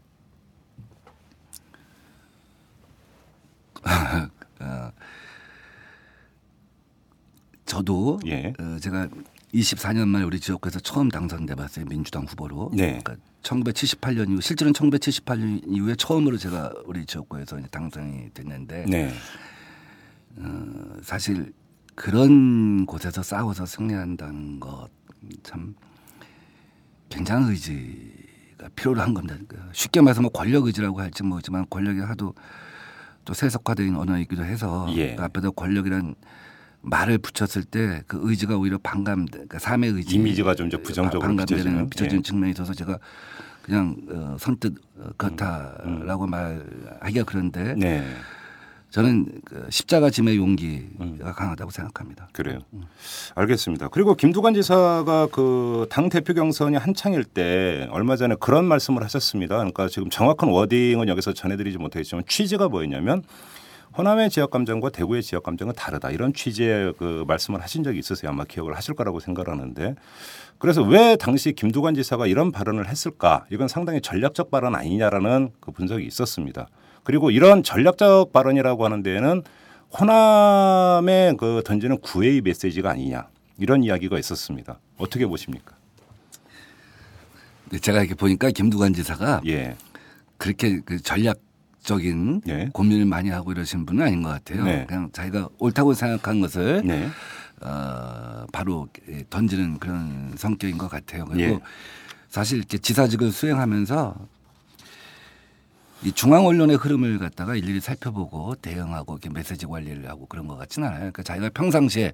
저도 예. 어, 제가 24년 만에 우리 지역구에서 처음 당선돼봤어요 민주당 후보로. 네. 그러니까 1978년 이후 실제로는 1978년 이후에 처음으로 제가 우리 지역구에서 이제 당선이 됐는데 네, 사실 그런 곳에서 싸워서 승리한다는 것 참 굉장한 의지가 필요로 한 겁니다. 그러니까 쉽게 말해서 뭐 권력 의지라고 할지 모르지만 권력이 하도 또 세속화된 언어이기도 해서 예. 그 앞에다 권력이란 말을 붙였을 때 그 의지가 오히려 반감, 그러니까 삶의 의지 아, 이미지가 좀 이제 부정적으로 반감되는 비춰지는, 비춰지는 예. 측면이 있어서 제가 그냥 어, 선뜻 어, 그렇다라고 말하기가 그런데 음, 네, 저는 그 십자가 짐의 용기가 음. 강하다고 생각합니다. 그래요. 알겠습니다. 그리고 김두관 지사가 그 당 대표 경선이 한창일 때 얼마 전에 그런 말씀을 하셨습니다. 그러니까 지금 정확한 워딩은 여기서 전해드리지 못했지만 취지가 뭐였냐면 호남의 지역 감정과 대구의 지역 감정은 다르다 이런 취지의 그 말씀을 하신 적이 있으세요 아마 기억을 하실 거라고 생각하는데 그래서 왜 당시 김두관 지사가 이런 발언을 했을까 이건 상당히 전략적 발언 아니냐라는 그 분석이 있었습니다 그리고 이런 전략적 발언이라고 하는 데에는 호남에 그 던지는 구애의 메시지가 아니냐 이런 이야기가 있었습니다 어떻게 보십니까 근데 제가 이렇게 보니까 김두관 지사가 예 그렇게 그 전략적인 예. 고민을 많이 하고 이러신 분은 아닌 것 같아요. 네. 그냥 자기가 옳다고 생각한 것을 네. 어, 바로 던지는 그런 성격인 것 같아요. 그리고 예. 사실 이렇게 지사직을 수행하면서 이 중앙 언론의 흐름을 갖다가 일일이 살펴보고 대응하고 이렇게 메시지 관리를 하고 그런 것 같진 않아요. 그러니까 자기가 평상시에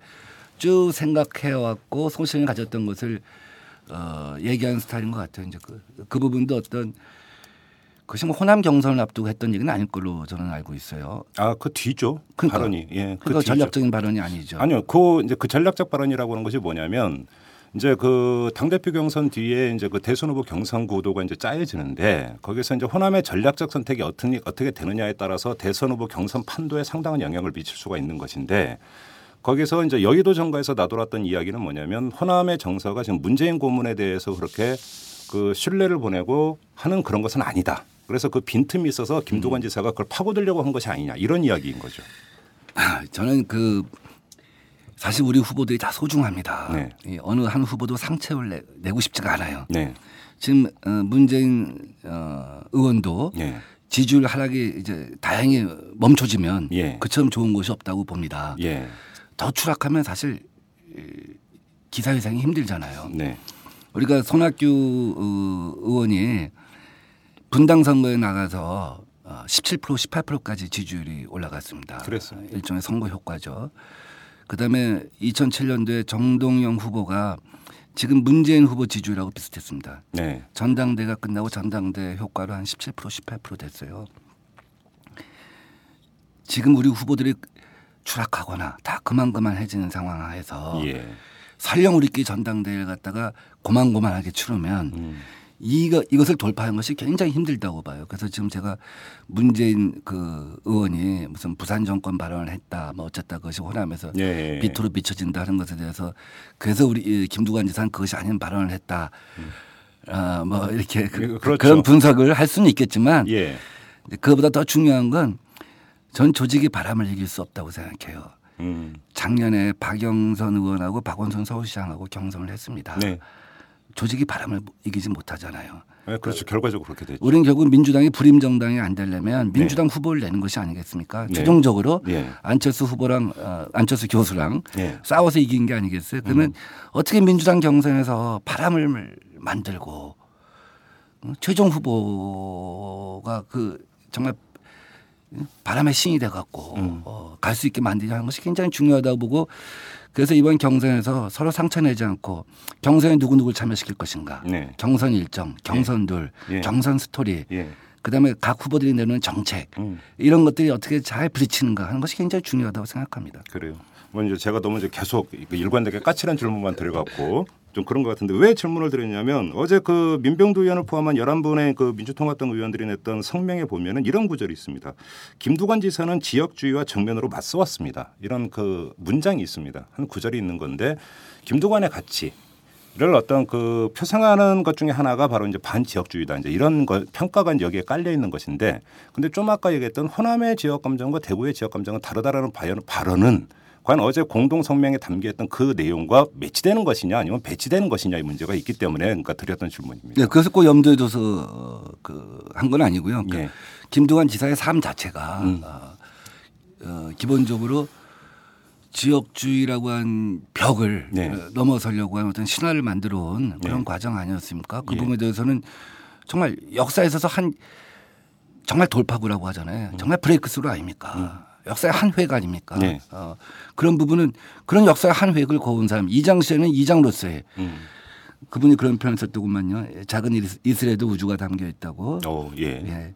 쭉 생각해왔고 소신을 가졌던 것을 어, 얘기하는 스타일인 것 같아요. 이제 그, 그 부분도 어떤 그것이 뭐 호남 경선을 앞두고 했던 얘기는 아닐 걸로 저는 알고 있어요. 아 그 뒤죠 그러니까, 발언이 예그 그러니까 뒤죠. 전략적인 발언이 아니죠. 아니요. 그 이제 그 전략적 발언이라고 하는 것이 뭐냐면 이제 그 당대표 경선 뒤에 이제 그 대선 후보 경선 구도가 이제 짜여지는데 거기서 이제 호남의 전략적 선택이 어떻게 어떻게 되느냐에 따라서 대선 후보 경선 판도에 상당한 영향을 미칠 수가 있는 것인데 거기서 이제 여의도 정가에서 나돌았던 이야기는 뭐냐면 호남의 정서가 지금 문재인 고문에 대해서 그렇게 그 신뢰를 보내고 하는 그런 것은 아니다. 그래서 그 빈틈이 있어서 김두관 지사가 그걸 파고들려고 한 것이 아니냐 이런 이야기인 거죠. 저는 그 사실 우리 후보들이 다 소중합니다. 네. 이 어느 한 후보도 상처를 내, 내고 싶지가 않아요. 네. 지금 어, 문재인 어, 의원도 예. 지지율 하락이 이제 다행히 멈춰지면 예. 그처럼 좋은 곳이 없다고 봅니다. 예. 더 추락하면 사실 이, 기사회생이 힘들잖아요. 네. 우리가 손학규 어, 의원이 분당 선거에 나가서 어, 17% 18%까지 지지율이 올라갔습니다. 그랬어요. 일종의 선거 효과죠. 그다음에 2007년도에 정동영 후보가 지금 문재인 후보 지지율하고 비슷했습니다. 네. 전당대가 끝나고 전당대 효과로 한 17% 18% 됐어요. 지금 우리 후보들이 추락하거나 다 그만그만해지는 상황 하에서 예. 설령 우리끼리 전당대회를 갖다가 고만고만하게 치르면 음. 이거 이것을 돌파하는 것이 굉장히 힘들다고 봐요. 그래서 지금 제가 문재인 그 의원이 무슨 부산 정권 발언을 했다, 뭐 어쨌다 그것이 호남에서 예. 비토로 비춰진다 하는 것에 대해서 그래서 우리 이 김두관 지사는 그것이 아닌 발언을 했다. 아, 뭐 이렇게 그, 그렇죠. 런 분석을 할 수는 있겠지만 예. 그보다 더 중요한 건 전 조직이 바람을 이길 수 없다고 생각해요. 음. 작년에 박영선 의원하고 박원순 서울시장하고 경선을 했습니다. 네. 조직이 바람을 이기지 못하잖아요. 아, 그렇죠. 결과적으로 그렇게 됐죠. 우리는 결국 민주당이 불임정당이 안 되려면 민주당 후보를 내는 것이 아니겠습니까? 네. 최종적으로 예. 안철수 후보랑 어, 안철수 교수랑 예. 싸워서 이긴 게 아니겠어요? 그러면 음. 어떻게 민주당 경선에서 바람을 만들고 어, 최종 후보가 그 정말 바람의 신이 돼 갖고 음. 어, 갈 수 있게 만들려 하는 것이 굉장히 중요하다고 보고 그래서 이번 경선에서 서로 상처 내지 않고 경선에 누구 누구를 참여시킬 것인가 네. 경선 일정, 경선 둘, 예. 경선 스토리, 예. 그다음에 각 후보들이 내놓은 정책 음. 이런 것들이 어떻게 잘 부딪히는가 하는 것이 굉장히 중요하다고 생각합니다. 그래요. 뭐 이제 제가 너무 이제 계속 그 일관되게 까칠한 질문만 드려갖고 좀 그런 것 같은데 왜 질문을 드렸냐면 어제 그 민병두 의원을 포함한 11분의 그 민주통합당 의원들이 냈던 성명에 보면은 이런 구절이 있습니다. 김두관 지사는 지역주의와 정면으로 맞서왔습니다. 이런 그 문장이 있습니다. 한 구절이 있는 건데 김두관의 가치 를 어떤 그 표상하는 것 중에 하나가 바로 이제 반지역주의다 이제 이런 거 평가가 이제 여기에 깔려 있는 것인데 근데 좀 아까 얘기했던 호남의 지역 감정과 대구의 지역 감정은 다르다라는 바연- 발언은 과연 어제 공동 성명에 담겨있던 그 내용과 매치되는 것이냐 아니면 배치되는 것이냐 이 문제가 있기 때문에 그러니까 드렸던 질문입니다. 네, 그래서 꼭 염두에 둬서 그한 건 아니고요. 그러니까 예. 김두관 지사의 삶 자체가 음. 어, 어, 기본적으로 지역주의라고 한 벽을 네. 어, 넘어서려고 하는 어떤 신화를 만들어 온 그런 과정 아니었습니까? 그 예. 부분에 대해서는 정말 역사에 있어서 한 정말 돌파구라고 하잖아요. 정말 브레이크스루 아닙니까? 역사의 한 획 아닙니까? 음. 네. 어, 그런 부분은 그런 역사의 한 획을 거운 사람 이장 씨는 이장로서의 음. 그분이 그런 표현을 썼더구만요. 예, 작은 이슬- 이슬에도 우주가 담겨 있다고. 어, 예. 예.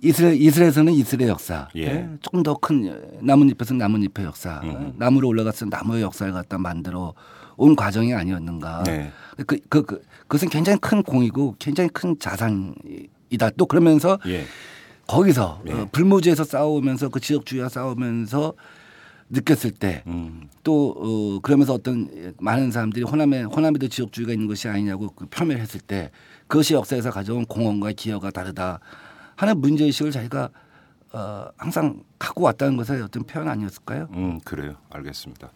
이슬 이슬에서는 이슬의 역사. 예. 조금 더 큰 나뭇잎에서는 나뭇잎의 역사. 음. 나무로 올라가서 나무의 역사를 갖다 만들어 온 과정이 아니었는가. 네. 그, 그, 그, 그것은 굉장히 큰 공이고 굉장히 큰 자산이다. 또 그러면서 예. 거기서 예. 어, 불모지에서 싸우면서 그 지역주의와 싸우면서 느꼈을 때 음. 또 어, 그러면서 어떤 많은 사람들이 호남에 호남에도 지역주의가 있는 것이 아니냐고 그 표명을 했을 때 그것이 역사에서 가져온 공헌과 기여가 다르다 하는 문제 의식을 자기가 어, 항상 갖고 왔다는 것의 어떤 표현 아니었을까요? 음, 그래요. 알겠습니다.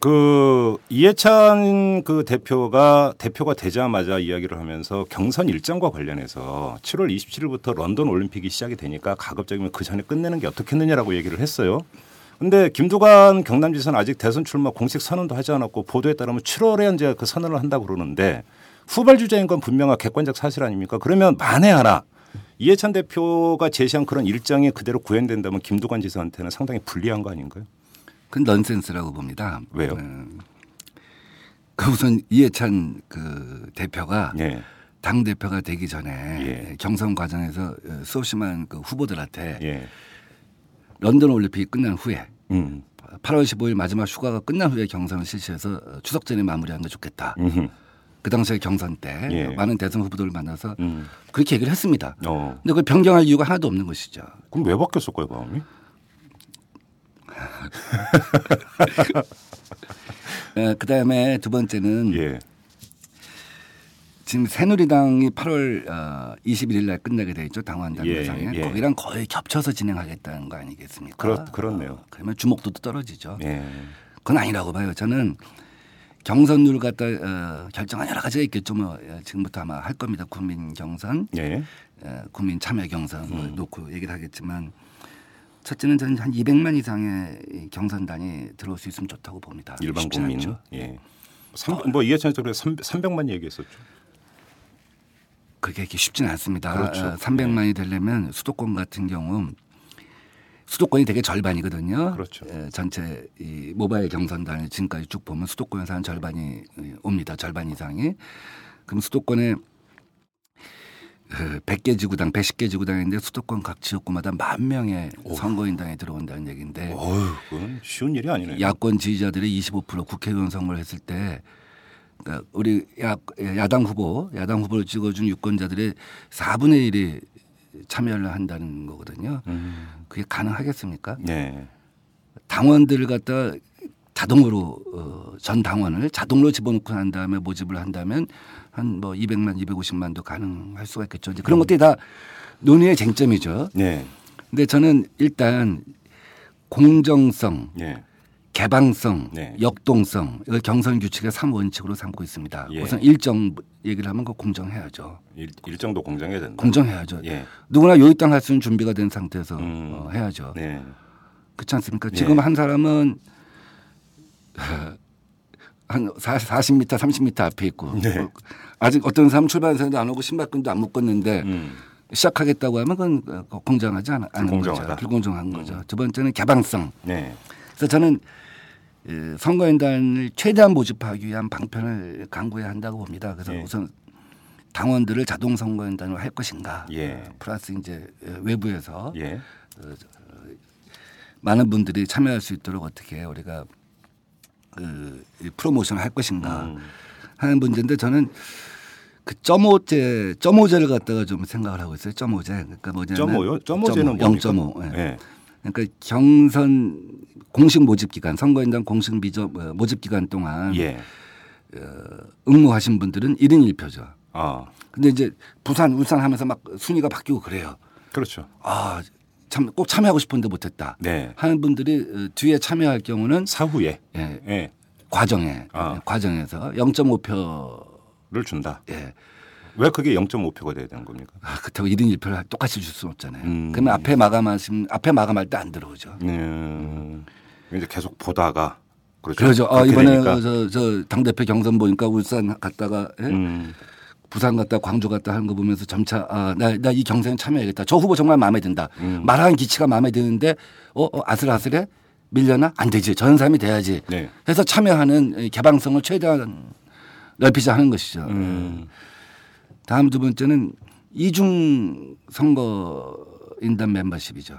그 이해찬 그 대표가 대표가 되자마자 이야기를 하면서 경선 일정과 관련해서 7월 27일부터 런던 올림픽이 시작이 되니까 가급적이면 그 전에 끝내는 게 어떻겠느냐라고 얘기를 했어요. 근데 김두관 경남지사는 아직 대선 출마 공식 선언도 하지 않았고 보도에 따르면 7월에 이제 그 선언을 한다 고 그러는데 후발 주자인 건 분명한 객관적 사실 아닙니까? 그러면 만에 하나 이해찬 대표가 제시한 그런 일정이 그대로 구현된다면 김두관 지사한테는 상당히 불리한 거 아닌가요? 그건 넌센스라고 봅니다. 왜요? 음, 그 우선 이해찬 그 대표가 예, 당 대표가 되기 전에 예. 경선 과정에서 수없이 많은 그 후보들한테 예, 런던 올림픽이 끝난 후에 음, 8월 15일 마지막 휴가가 끝난 후에 경선을 실시해서 어, 추석 전에 마무리하는 게 좋겠다. 음, 그 당시에 경선 때 예. 어, 많은 대선 후보들을 만나서 음. 그렇게 얘기를 했습니다. 어. 근데 그걸 변경할 이유가 하나도 없는 것이죠. 그럼 왜 바뀌었을까요, 마음이? 그 다음에 두 예, 번째는 예, 지금 새누리당이 8월 어, 21일 날 끝나게 돼 있죠 당원 당대장에 예, 예. 거기랑 거의 겹쳐서 진행하겠다는 거 아니겠습니까? 그렇- 그렇네요. 어, 그러면 주목도 떨어지죠. 예. 그건 아니라고 봐요. 저는 경선률 갖다 어, 결정한 여러 가지가 있겠죠. 뭐 예, 지금부터 아마 할 겁니다. 국민 경선, 예. 어, 국민 참여 경선 음. 뭐 놓고 얘기를 하겠지만 첫째는 저는 한 200만 이상의 이 경선단이 들어올 수 있으면 좋다고 봅니다. 일반 쉽진 국민. 않죠. 예. 삼, 뭐 이해찬 씨가 300만 얘기했었죠. 그게 이렇게 쉽진 않습니다. 그렇죠. 어, 300만이 되려면 수도권 같은 경우 수도권이 되게 절반이거든요. 그렇죠. 예, 전체 이 모바일 경선단을 지금까지 쭉 보면 수도권에서 한 절반이 예, 옵니다. 절반 이상이. 그럼 수도권에 그 100개 지구당, 110개 지구당인데 수도권 각 지역구마다 만 명의 선거인단이 들어온다는 얘기인데 어휴, 그건 쉬운 일이 아니네요. 야권 지지자들이 25% 국회의원 선거를 했을 때 그러니까 우리 야, 야당 후보, 야당 후보를 찍어준 유권자들의 4분의 1이 참여를 한다는 거거든요. 음. 그게 가능하겠습니까? 네. 당원들을 갖다 자동으로 어, 전 당원을 자동으로 집어넣고 난 다음에 모집을 한다면 한 뭐 200만, 250만도 가능할 수가 있겠죠. 이제 음. 그런 것들이 다 논의의 쟁점이죠. 네. 근데 저는 일단 공정성, 예. 개방성, 네. 역동성 이걸 경선 규칙의 삼 원칙으로 삼고 있습니다. 예. 우선 일정 얘기를 하면 그 공정해야죠. 일, 일정도 공정해야 된다. 공정해야죠. 예. 누구나 요입당 할 수 있는 준비가 된 상태에서 음. 어, 해야죠. 네. 그렇지 않습니까? 예. 지금 한 사람은 한 40m, 30m 앞에 있고 어, 네. 아직 어떤 사람 출발선도 안 오고 신발끈도 안 묶었는데 음. 시작하겠다고 하면 그건 어, 공정하지 않- 않은 불공정하다. 음. 거죠. 불공정한 거죠. 두 번째는 개방성. 네. 그래서 저는 예, 선거인단을 최대한 모집하기 위한 방편을 강구해야 한다고 봅니다. 그래서 예. 우선 당원들을 자동 선거인단으로 할 것인가, 예. 플러스 이제 외부에서 예. 많은 분들이 참여할 수 있도록 어떻게 우리가 그이 프로모션을 할 것인가 음. 하는 문제인데 저는 그 점오제 점오제를 갖다가 좀 생각을 하고 있어요. 점오제 그러니까 뭐냐면 점오요? 점오제는 점오, 뭡니까? 0.5. 예. 예. 그러니까 경선 공식 모집 기간 선거인단 공식 미저, 어, 모집 기간 동안 예. 응모하신 분들은 1인 1표죠. 아. 근데 이제 부산 울산 하면서 막 순위가 바뀌고 그래요. 그렇죠. 아, 참 꼭 참여하고 싶은데 못 했다. 네. 하는 분들이 어, 뒤에 참여할 경우는 사후에 예, 예. 과정에 아. 예, 과정에서 0.5표 를 준다. 예. 왜 그게 0.5표가 돼야 되는 겁니까? 아, 그렇다고 1인 1표를 똑같이 줄 수는 없잖아요. 음. 그러면 앞에 마감하시면 앞에 마감할 때 안 들어오죠. 음. 이제 계속 보다가 그렇죠. 그러죠. 아, 그렇게 이번에 되니까. 저, 저 당대표 경선 보니까 울산 갔다가 예? 음. 부산 갔다 광주 갔다 하는 거 보면서 점차 아, 나 나 이 경선에 참여해야겠다. 저 후보 정말 마음에 든다. 말하는 기치가 마음에 드는데 어, 어, 아슬아슬해 밀려나 안 되지. 저런 사람이 돼야지. 네. 해서 참여하는 이 개방성을 최대한 넓히자 하는 것이죠. 예. 다음 두 번째는 이중 선거 인단 멤버십이죠.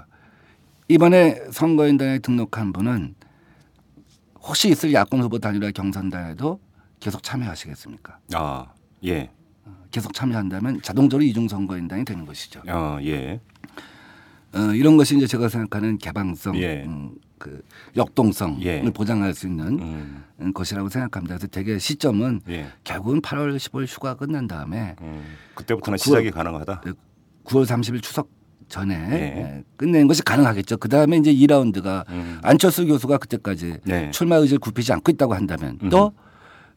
이번에 선거인단에 등록한 분은 혹시 있을 야권 후보 단일화 경선단에도 계속 참여하시겠습니까? 아. 예. 계속 참여한다면 자동적으로 이중 선거인단이 되는 것이죠. 아, 예. 어, 이런 것이 이제 제가 생각하는 개방성, 예. 음, 그 역동성을 예. 보장할 수 있는 음. 것이라고 생각합니다. 그래서 되게 시점은 예. 결국은 8월 15일 휴가 끝난 다음에 음. 그때부터는 구- 시작이 가능하다. 9월 30일 추석 전에 예. 예, 끝내는 것이 가능하겠죠. 그 다음에 이제 2라운드가 음. 안철수 교수가 그때까지 네. 음. 출마 의지를 굽히지 않고 있다고 한다면 또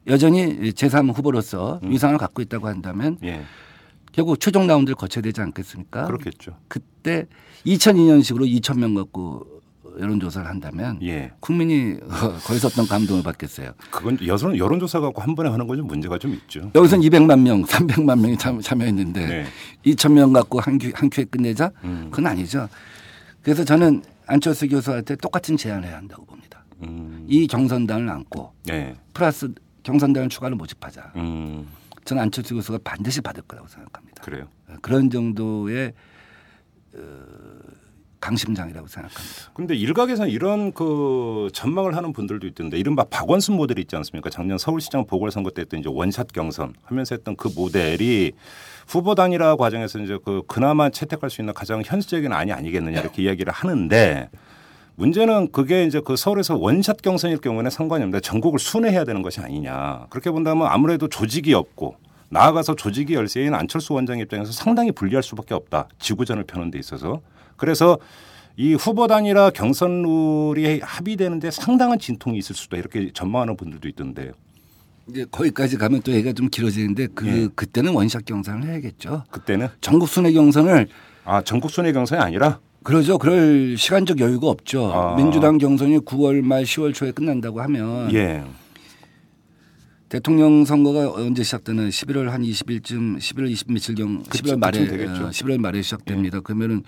여전히 제3 후보로서 위상을 갖고 있다고 한다면 예. 결국 최종 라운드를 거쳐야 되지 않겠습니까? 그렇겠죠. 그때 2002년식으로 2천 명 갖고 여론조사를 한다면 예. 국민이 거기서 어떤 감동을 받겠어요. 그건 여론 여론조사 갖고 한 번에 하는 건 좀 문제가 좀 있죠. 여기서 200만 명, 300만 명이 참, 참여했는데 네. 음. 2천 명 갖고 한, 큐, 한 큐에 끝내자? 그건 아니죠. 그래서 저는 안철수 교수한테 똑같은 제안을 해야 한다고 봅니다. 음. 이 경선단을 안고 예. 플러스 경선단을 추가로 모집하자. 음. 저는 안철수 교수가 반드시 받을 거라고 생각합니다. 그래요. 그런 정도의 어, 강심장이라고 생각합니다. 근데 일각에서는 이런 그 전망을 하는 분들도 있던데 이른바 박원순 모델이 있지 않습니까? 작년 서울시장 보궐선거 때 했던 이제 원샷 경선 하면서 했던 그 모델이 후보 단일화 과정에서 이제 그 그나마 채택할 수 있는 가장 현실적인 안이 아니겠느냐 이렇게 이야기를 하는데 문제는 그게 이제 그 서울에서 원샷 경선일 경우에는 상관이 없는데 전국을 순회해야 되는 것이 아니냐. 그렇게 본다면 아무래도 조직이 없고 나아가서 조직의 열세인 안철수 원장 입장에서 상당히 불리할 수밖에 없다. 지구전을 펴는 데 있어서. 그래서 이 후보 단위라 경선 룰이 합의되는데 상당한 진통이 있을 수도 이렇게 전망하는 분들도 있던데 이제 거기까지 가면 또 얘기가 좀 길어지는데 그 예. 그때는 원샷 경선을 해야겠죠. 그때는 전국 순회 경선을 아 전국 순회 경선이 아니라 그러죠. 그럴 시간적 여유가 없죠. 아. 민주당 경선이 9월 말 10월 초에 끝난다고 하면 예 대통령 선거가 언제 시작되는 11월 한 20일쯤 11월 20 며칠경 그쯤 11월 말에 되겠죠. 예. 어, 11월 말에 시작됩니다. 그러면은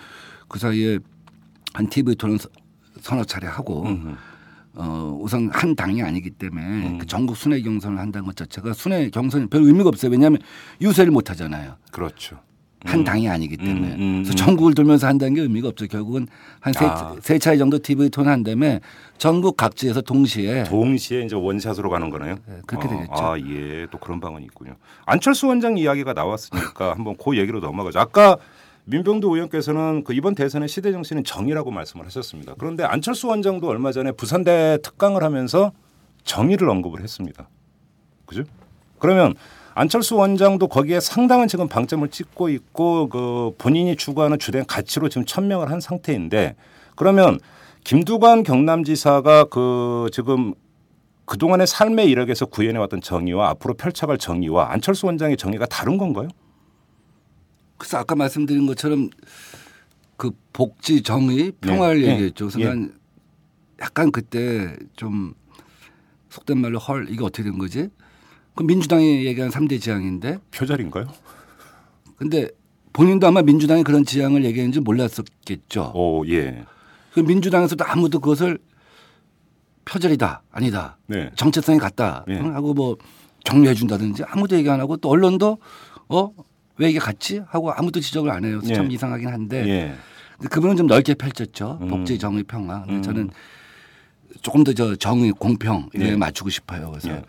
그 사이에 한 TV 토론 서- 서너 차례 하고 어 우선 한 당이 아니기 때문에 음. 그 전국 순회 경선을 한다는 것 자체가 순회 경선이 별 의미가 없어요. 왜냐하면 유세를 못 하잖아요. 그렇죠. 한 당이 아니기 때문에 음, 음, 그래서 음. 전국을 돌면서 한다는 게 의미가 없죠. 결국은 한세 아. 세 차례 정도 TV 토론 한 다음에 전국 각지에서 동시에 동시에 이제 원샷으로 가는 거네요. 네, 그렇게 되겠죠. 아, 예. 또 그런 방언이 있군요. 안철수 원장 이야기가 나왔으니까 한번 그 얘기로 넘어가죠. 아까 민병도 의원께서는 그 이번 대선의 시대 정신은 정의라고 말씀을 하셨습니다. 그런데 안철수 원장도 얼마 전에 부산대 특강을 하면서 정의를 언급을 했습니다. 그죠? 그러면 안철수 원장도 거기에 상당한 지금 방점을 찍고 있고 그 본인이 추구하는 주된 가치로 지금 천명을 한 상태인데 그러면 김두관 경남지사가 그 지금 그동안의 삶의 이력에서 구현해왔던 정의와 앞으로 펼쳐갈 정의와 안철수 원장의 정의가 다른 건가요? 그래서 아까 말씀드린 것처럼 그 복지 정의 평화를 예, 얘기했죠. 그래서 예. 난 약간 그때 좀 속된 말로 헐 이게 어떻게 된 거지? 그 민주당이 얘기한 삼대 지향인데 표절인가요? 근데 본인도 아마 민주당이 그런 지향을 얘기했는지 몰랐었겠죠. 오, 예. 그 민주당에서도 아무도 그것을 표절이다 아니다 네. 정체성이 같다 예. 하고 뭐 정리해 준다든지 아무도 얘기 안 하고 또 언론도 어 왜 이게 같지 하고 아무도 지적을 안 해요. 그래서 예. 참 이상하긴 한데 예. 근데 그분은 좀 넓게 펼쳤죠. 음. 복지, 정의, 평화. 근데 음. 저는 조금 더 저 정의, 공평 이런 예. 에 맞추고 싶어요. 그래서 예.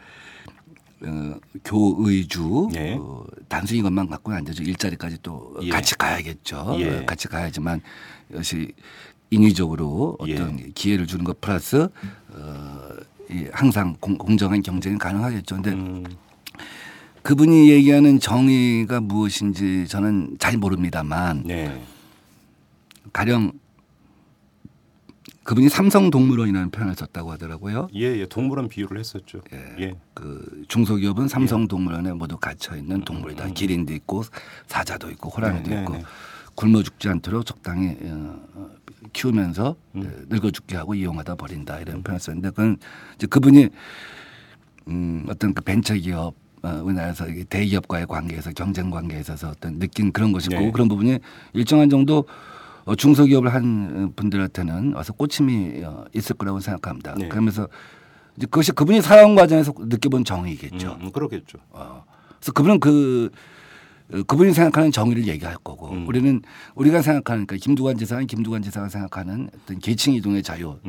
어, 교의주 예. 어, 단순히 이것만 갖고는 안 되죠. 일자리까지 또 예. 같이 가야겠죠. 예. 어, 같이 가야지만 역시 인위적으로 예. 어떤 기회를 주는 것 플러스 어, 이 항상 공, 공정한 경쟁이 가능하겠죠. 근데 음, 그분이 얘기하는 정의가 무엇인지 저는 잘 모릅니다만 예. 가령 그분이 삼성 동물원이라는 표현을 썼다고 하더라고요. 예, 예. 동물원 비유를 했었죠. 예. 그 중소기업은 삼성 동물원에 모두 갇혀 있는 동물이다. 기린도 있고 사자도 있고 호랑이도 음. 네, 있고 네, 네. 굶어 죽지 않도록 적당히 어, 어, 키우면서 음. 어, 늙어 죽게 하고 이용하다 버린다 이런 표현을 썼는데 그건 이제 그분이 음, 어떤 그 벤처기업 어, 우리나라에서 이게 대기업과의 관계에서 경쟁 관계에 있어서 어떤 느낀 그런 것이 네. 있고 그런 부분이 일정한 정도 어, 중소기업을 한 어, 분들한테는 와서 꽂힘이 어, 있을 거라고 생각합니다. 네. 그러면서 이제 그것이 그분이 사용 과정에서 느껴본 정의겠죠. 음, 그렇겠죠. 어. 그래서 그분은 그 어, 그분이 생각하는 정의를 얘기할 거고 음. 우리는 우리가 생각하는 그러니까 김두관 지사는 김두관 지사가 생각하는 어떤 계층 이동의 자유라고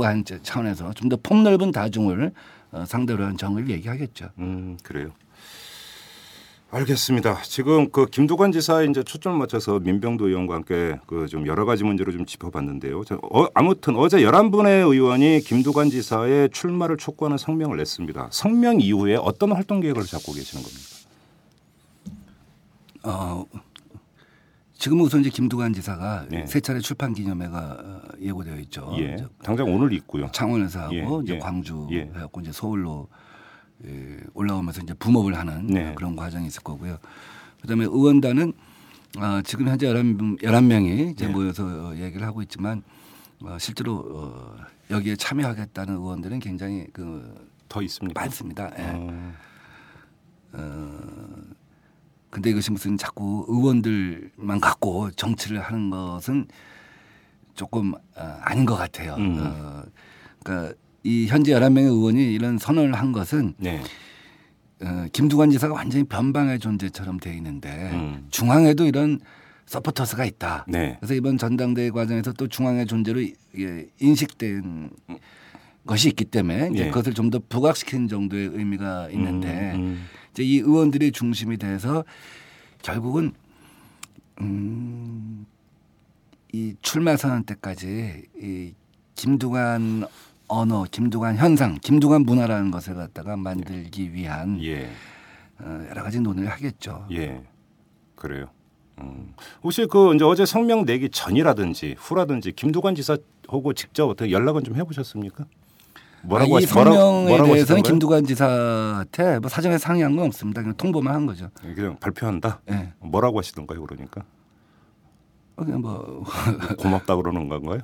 음. 하는 차- 차원에서 좀 더 폭넓은 다중을 어, 상대로 한 정의를 얘기하겠죠. 음, 그래요. 알겠습니다. 지금 그 김두관 지사에 이제 초점을 맞춰서 민병도 의원과 함께 그 좀 여러 가지 문제를 좀 짚어봤는데요. 저 어, 아무튼 어제 11분의 의원이 김두관 지사의 출마를 촉구하는 성명을 냈습니다. 성명 이후에 어떤 활동 계획을 잡고 계시는 겁니까? 어, 지금 우선 이제 김두관 지사가 네. 세 차례 출판 기념회가 어, 예고되어 있죠. 예. 이제 당장 오늘 있고요. 창원에서 하고 예, 이제 예, 광주 예. 해갖고 이제 서울로 예, 올라오면서 이제 붐업을 하는 네. 그런 과정이 있을 거고요. 그다음에 의원단은 아, 지금 현재 11, 11명이 이제 네. 모여서 어, 얘기를 하고 있지만 어, 실제로 어, 여기에 참여하겠다는 의원들은 굉장히 그 더 있습니다. 많습니다. 예. 어, 어, 근데 이것이 무슨 자꾸 의원들만 갖고 정치를 하는 것은 조금 어, 아닌 것 같아요. 음. 어, 그러니까 이 현재 11명의 의원이 이런 선언을 한 것은 네. 어, 김두관 지사가 완전히 변방의 존재처럼 돼 있는데 음. 중앙에도 이런 서포터스가 있다. 네. 그래서 이번 전당대회 과정에서 또 중앙의 존재로 이- 예, 인식된 것이 있기 때문에 이제 예. 그것을 좀 더 부각시키는 정도의 의미가 있는데 음, 음. 이제 이 의원들이 중심이 돼서 결국은 음, 이 출마 선언 때까지 이 김두관 언어, 김두관 현상, 김두관 문화라는 것을 갖다가 만들기 위한 예. 어, 여러 가지 논의를 하겠죠. 예, 그래요. 음. 혹시 그 이제 어제 성명 내기 전이라든지 후라든지 김두관 지사하고 직접 어떻게 연락은 좀 해보셨습니까? 아, 이 하시- 뭐라- 성명에 뭐라고 대해서는 하시던가요? 김두관 지사한테 뭐 사전에 상의한 건 없습니다. 그냥 통보만 한 거죠. 예, 그냥 발표한다. 예. 뭐라고 하시던가요, 그러니까 어, 그냥 뭐 고맙다 그러는 건가요?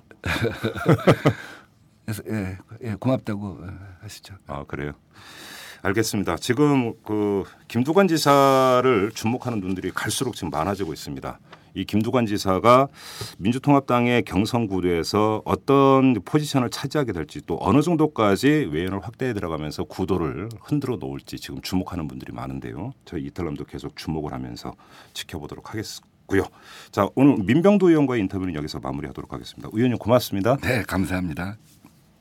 그래서 예, 예, 고맙다고 하시죠. 아 그래요. 알겠습니다. 지금 그 김두관 지사를 주목하는 눈들이 갈수록 지금 많아지고 있습니다. 이 김두관 지사가 민주통합당의 경선 구도에서 어떤 포지션을 차지하게 될지 또 어느 정도까지 외연을 확대해 들어가면서 구도를 흔들어 놓을지 지금 주목하는 분들이 많은데요. 저희 이탈남도 계속 주목을 하면서 지켜보도록 하겠고요. 자 오늘 민병도 의원과의 인터뷰는 여기서 마무리하도록 하겠습니다. 의원님 고맙습니다. 네, 감사합니다.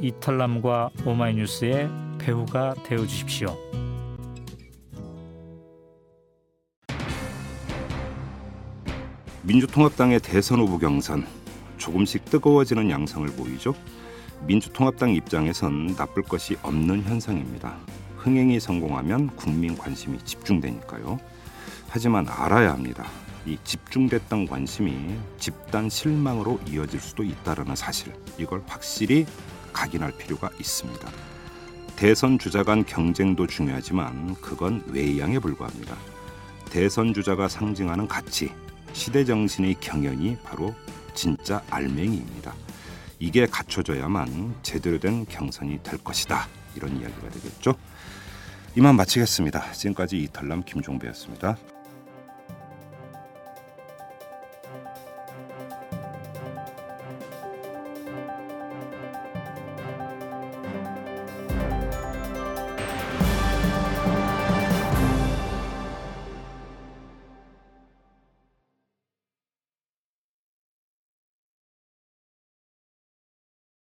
이탈남과 오마이뉴스의 배우가 되어 주십시오. 민주통합당의 대선 후보 경선 조금씩 뜨거워지는 양상을 보이죠. 민주통합당 입장에선 나쁠 것이 없는 현상입니다. 흥행이 성공하면 국민 관심이 집중되니까요. 하지만 알아야 합니다. 이 집중됐던 관심이 집단 실망으로 이어질 수도 있다라는 사실. 이걸 확실히 각인할 필요가 있습니다. 대선 주자 간 경쟁도 중요하지만 그건 외양에 불과합니다. 대선 주자가 상징하는 가치, 시대 정신의 경연이 바로 진짜 알맹이입니다. 이게 갖춰져야만 제대로 된 경선이 될 것이다. 이런 이야기가 되겠죠. 이만 마치겠습니다. 지금까지 이탈남 김종배였습니다.